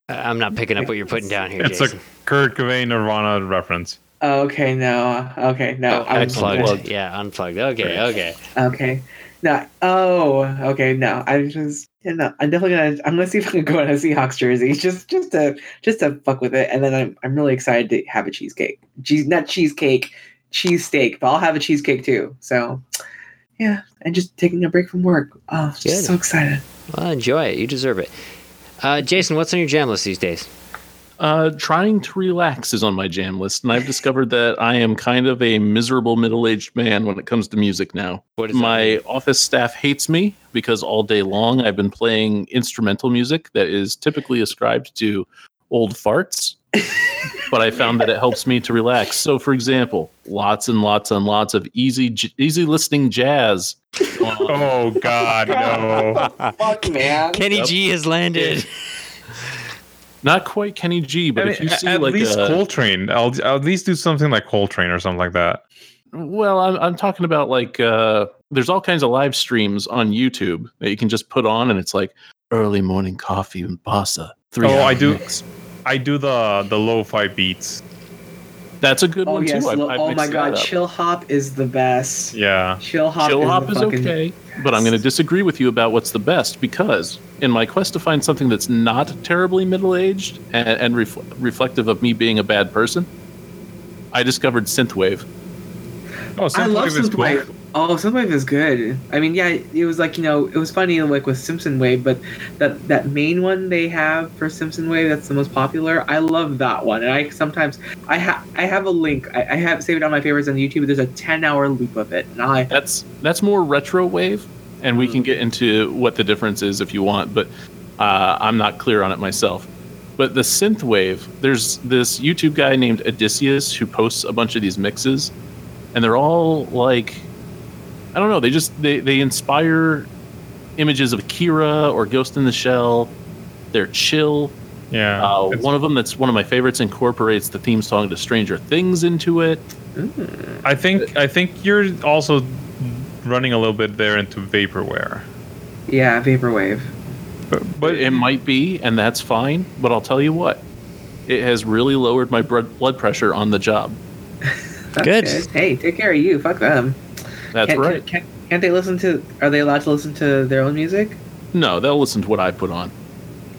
I- I'm not picking up what you're putting down here, It's Jason. a Kurt Cobain Nirvana reference. Okay, no. Okay, no. Oh, I'm- unplugged. Unplugged. Yeah, unplugged. Okay, okay. Okay. No. Oh. Okay. No. I just. Yeah, no. I'm definitely gonna. I'm gonna see if I can go on a Seahawks jersey. Just, just to, just to fuck with it. And then I'm, I'm really excited to have a cheesecake. Cheese, not cheesecake, cheesesteak. But I'll have a cheesecake too. So, yeah. And just taking a break from work. Oh, just Good. so excited. Well, enjoy it. You deserve it. Uh, Jason, what's on your jam list these days? Uh, trying to relax is on my jam list, and I've discovered that I am kind of a miserable middle-aged man when it comes to music now. What is that my mean? office staff hates me because all day long I've been playing instrumental music that is typically ascribed to old farts. but I found that it helps me to relax. So, for example, lots and lots and lots of easy, j- easy listening jazz. Uh, Oh God, no! Fuck, man. Kenny Yep. G has landed. Not quite Kenny G, but I if mean, you see at like least a, Coltrane, I'll, I'll at least do something like Coltrane or something like that. Well, I'm, I'm talking about like uh, there's all kinds of live streams on YouTube that you can just put on, and it's like early morning coffee and pasta. Three. Oh, hour I do. mix. I do the the lo-fi beats. That's a good one Oh yes. too. I- lo- I oh my mixed that god. up. Chill hop is the best. Yeah. Chill hop. Chill is, hop the is fucking- okay, but I'm going to disagree with you about what's the best because in my quest to find something that's not terribly middle aged and, and ref- reflective of me being a bad person, I discovered synthwave. Oh, I love is cool. Synthwave. Oh, Synthwave is good. I mean, yeah, it was like you know, it was funny like with Simpson Wave, but that that main one they have for Simpson Wave, that's the most popular. I love that one, and I sometimes I have I have a link. I, I have saved on my favorites on YouTube. There's a ten hour loop of it, and I that's that's more retro wave and we can get into what the difference is if you want but uh, i'm not clear on it myself but the synth wave there's this youtube guy named odysseus who posts a bunch of these mixes and they're all like i don't know they just they, they inspire images of akira or ghost in the shell they're chill Yeah. uh, It's- one of them that's one of my favorites incorporates the theme song to stranger things into it I think I think you're also running a little bit there into vaporware. yeah, Vaporwave. But, But but it might be, and that's fine. But I'll tell you what, it has really lowered my bro- blood pressure on the job. That's Good. Hey, take care of you. Fuck them. That's Can't- right. Can't, can't they listen to? Are they allowed to listen to their own music? No, they'll listen to what I put on.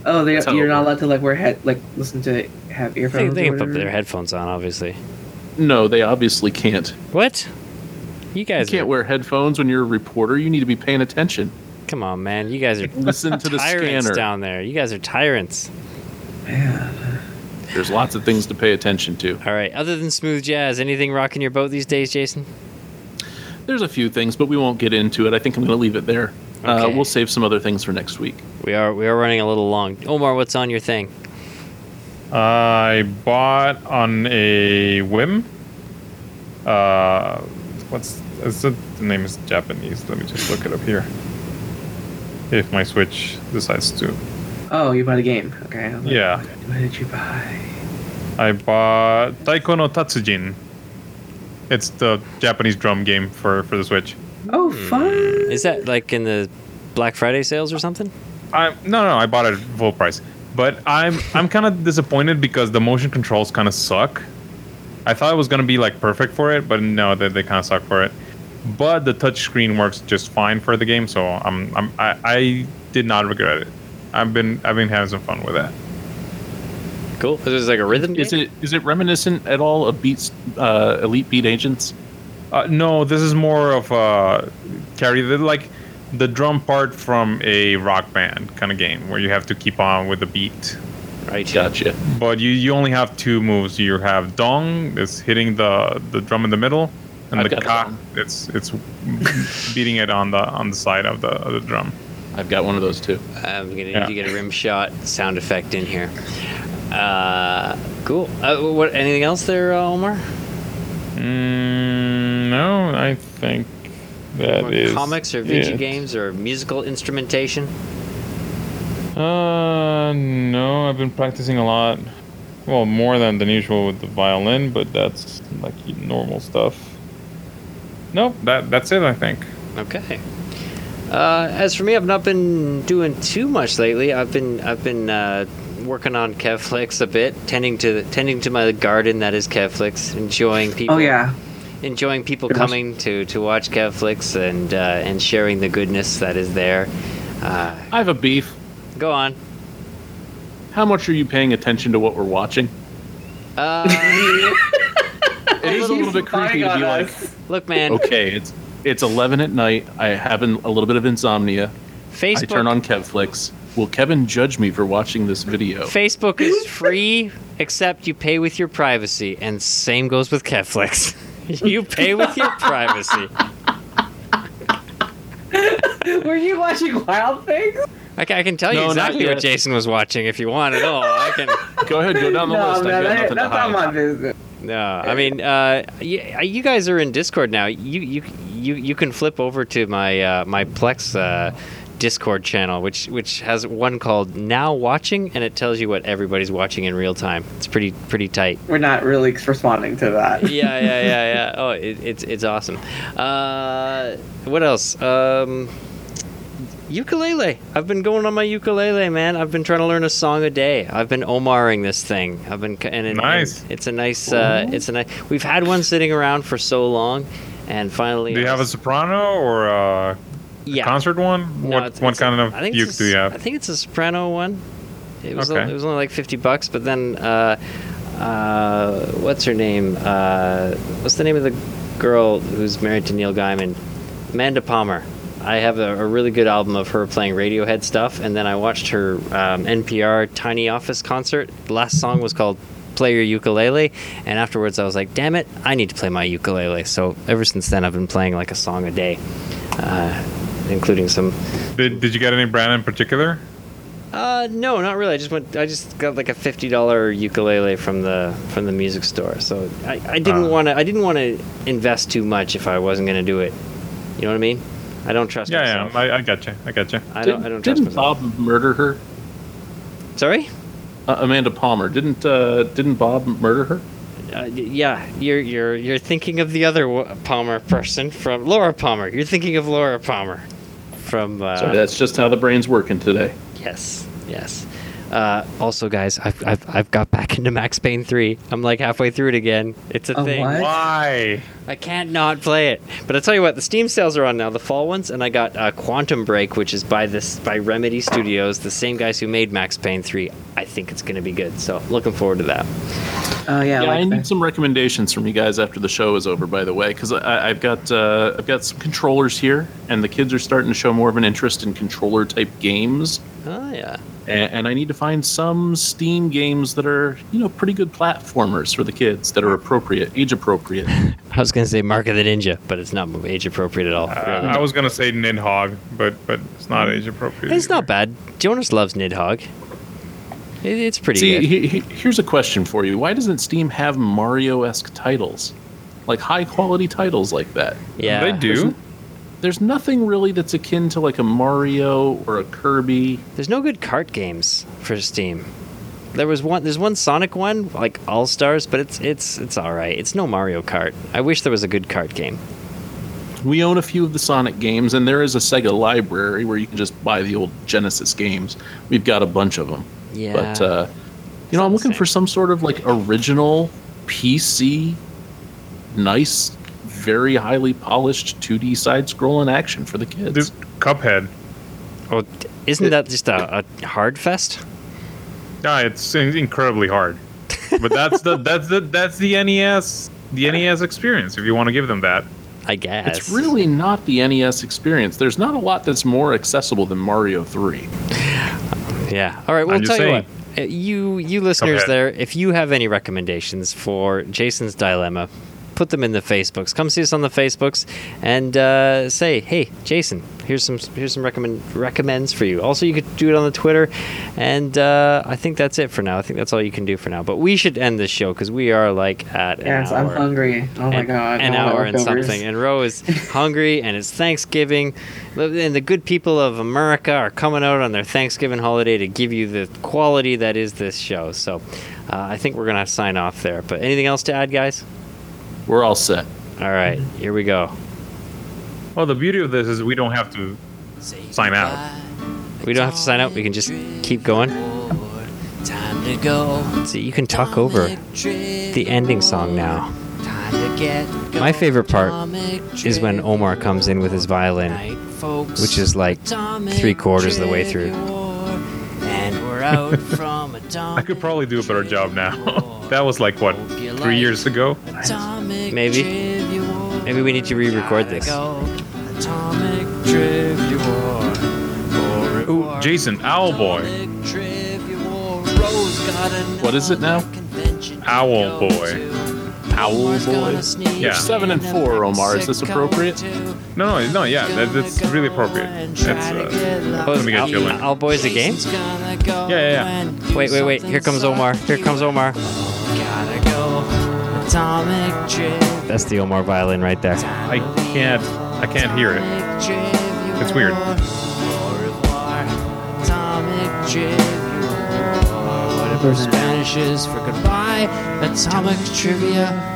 Oh, they, That's how you're it not works. allowed to like wear head like listen to have They, earphones. they or can put whatever? their headphones on, obviously. No, they obviously can't. What? You You guys can't are- wear headphones when you're a reporter. You need to be paying attention. Come on, man. You guys are Listen to the tyrants scanner. down there. You guys are tyrants. There's lots of things to pay attention to. All right. Other than smooth jazz, anything rocking your boat these days, Jason? There's a few things, but we won't get into it. I think I'm going to leave it there. Uh, Okay. we'll save some other things for next week. We are we are running a little long. Omar, what's on your thing? I bought on a whim. Uh, what's is it, the name is Japanese? Let me just look it up here. If my Switch decides to, Oh, you bought a game. Okay. I was like, yeah, What did you buy? I bought Taiko no Tatsujin. It's the Japanese drum game for for the Switch. Oh, Hmm. fun. Is that like in the Black Friday sales or something? I no no I bought it at full price, but I'm I'm kind of disappointed because the motion controls kind of suck. I thought it was gonna be like perfect for it, but no, they, they kind of suck for it. But the touch screen works just fine for the game, so I'm, I'm I, I did not regret it. I've been I've been having some fun with that. Cool. This is like a rhythm. Is it is it reminiscent at all of Beats uh, Elite Beat Agents? Uh, no, this is more of a carry the like the drum part from a rock band kind of game where you have to keep on with the beat. Right. Gotcha. But you, you only have two moves. You have dong, it's hitting the, the drum in the middle, and I've the got ka, dong. it's it's beating it on the on the side of the of the drum. I've got one of those too. I'm gonna need Yeah. to get a rim shot sound effect in here. Uh, cool. Uh, what? Anything else there, uh, Omar? Mm, no, I think that Or is comics or video it. games or musical instrumentation? Uh, no, I've been practicing a lot. Well, more than than usual with the violin, but that's like normal stuff. Nope, that that's it. I think. Okay. Uh, as for me, I've not been doing too much lately. I've been I've been uh, working on Kevflix a bit, tending to tending to my garden that is Kevflix, enjoying people. Oh yeah. enjoying people Pretty much. coming to to watch Kevflix and uh, and sharing the goodness that is there. Uh, I have a beef. go on. How much are you paying attention to what we're watching? Uh, It is a little bit creepy to be like, look, man. okay, it's it's 11 at night. I have an, a little bit of insomnia. Facebook. I turn on Kevflix. Will Kevin judge me for watching this video? Facebook is free, except you pay with your privacy, and same goes with Kevflix. you pay with your privacy. Were you watching Wild Things? I ca- I can tell you No, not exactly what yet. Jason was watching if you want at all. I can. Go ahead, go down the no, list. no, I've got that, nothing to that's hide. not my business. No, I mean, uh, you, you guys are in Discord now. You you you you can flip over to my uh, my Plex uh, Discord channel, which which has one called Now Watching, and it tells you what everybody's watching in real time. It's pretty pretty tight. We're not really responding to that. yeah, yeah, yeah, yeah. Oh, it, it's it's awesome. Uh, what else? Um, ukulele. I've been going on my ukulele, man. I've been trying to learn a song a day. I've been Omaring this thing. I've been c- and, and Nice. and it's a nice. Uh, it's a nice. We've had one sitting around for so long, and finally. Do you have a soprano or a yeah. concert one? No, what it's- what it's a- kind I of think uke it's a do you s- have? I think it's a soprano one. It was Okay. it was only like fifty bucks, but then uh, uh, what's her name? Uh, what's the name of the girl who's married to Neil Gaiman? Amanda Palmer. I have a, a really good album of her playing Radiohead stuff, and then I watched her um, NPR Tiny Office concert. The last song was called "Play Your Ukulele," and afterwards I was like, "Damn it, I need to play my ukulele." So ever since then, I've been playing like a song a day, uh, including some Did, did you get any brand in particular? uh, no, not really. I just went. I just got like a fifty dollar ukulele from the from the music store. So I, I didn't Ah. want to. I didn't want to invest too much if I wasn't going to do it. You know what I mean? I don't trust Yeah, myself. yeah, I, I got you. I got you. I, don't. I don't trust didn't myself. Bob murder her? Sorry. Uh, Amanda Palmer. Didn't uh, didn't Bob murder her? Uh, y- yeah, you're you're you're thinking of the other wa- Palmer person from Laura Palmer. You're thinking of Laura Palmer from. Uh, So that's just how the brain's working today. Yes, yes. Uh, also, guys, I've, I've I've got back into Max Payne three. I'm like halfway through it again. It's a A thing. what? Why? I can't not play it. But I tell you what, the Steam sales are on now, the fall ones, and I got uh, Quantum Break, which is by this by Remedy Studios, the same guys who made Max Payne 3. I think it's going to be good. So, looking forward to that. Oh yeah. yeah, like I need that. some recommendations from you guys after the show is over, by the way, because I've got uh, I've got some controllers here, and the kids are starting to show more of an interest in controller type games. Oh yeah. and, and I need to find some Steam games that are you know pretty good platformers for the kids that are appropriate, age appropriate. I was gonna say Mark of the Ninja, but it's not age appropriate at all. Uh, I was gonna say Nidhogg, but but it's not age appropriate. Mm. it's not either. bad. Jonas loves Nidhogg. It, it's pretty See, good. he, he, here's a question for you: Why doesn't Steam have Mario-esque titles, like high-quality titles like that? yeah, They do. There's nothing really that's akin to like a Mario or a Kirby. There's no good cart games for Steam. There was one. There's one Sonic one, like All Stars, but it's it's it's all right. It's no Mario Kart. I wish there was a good cart game. We own a few of the Sonic games, and there is a Sega library where you can just buy the old Genesis games. We've got a bunch of them. Yeah. But uh, you know, I'm looking for some sort of like original PC, nice, very highly polished 2D side-scrolling action for the kids. Dude, Cuphead. Oh, d- isn't that just a, a hard fest? Yeah, it's in- incredibly hard. But that's the that's the that's the NES the NES experience. If you want to give them that, I guess. It's really not the NES experience. There's not a lot that's more accessible than Mario 3. Yeah. All right. Well, I'm tell just you saying. what. Uh, You you listeners ahead. there, if you have any recommendations for Jason's dilemma, put them in the Facebooks. Come see us on the Facebooks and uh, say, hey, Jason, here's some here's some recommend recommends for you. Also, you could do it on the Twitter, and uh, I think that's it for now. I think that's all you can do for now. But we should end this show because we are like at an Yes, I'm hour hungry. Oh my an- god. an all my hour and leftovers. something. And Roe is hungry, and it's Thanksgiving, and the good people of America are coming out on their Thanksgiving holiday to give you the quality that is this show. So, uh, I think we're gonna sign off there. But anything else to add, guys? We're all set. All right, here we go. well, the beauty of this is we don't have to sign out. We don't have to sign out. We can just keep going. Time to go. See, you can talk over the ending song now. My favorite part is when Omar comes in with his violin, which is like three quarters of the way through. And we're out from I could probably do a better job now. that was like what three years ago. Maybe. Maybe we need to re-record this. Ooh, Jason Owlboy. What is it now? Owl Boy. Owl Boy. Yeah. You're 7 and 4, Omar. Is this appropriate? No, no, no. Yeah, that, that's really appropriate. That's uh, Oh, Let me get you a link. All Boys a Game? yeah, yeah, yeah. Wait, wait, wait. Here comes Omar. Here comes Omar. That's the Omar violin right there. I can't, I can't hear it. It's weird. Spanish is for goodbye. Atomic trivia.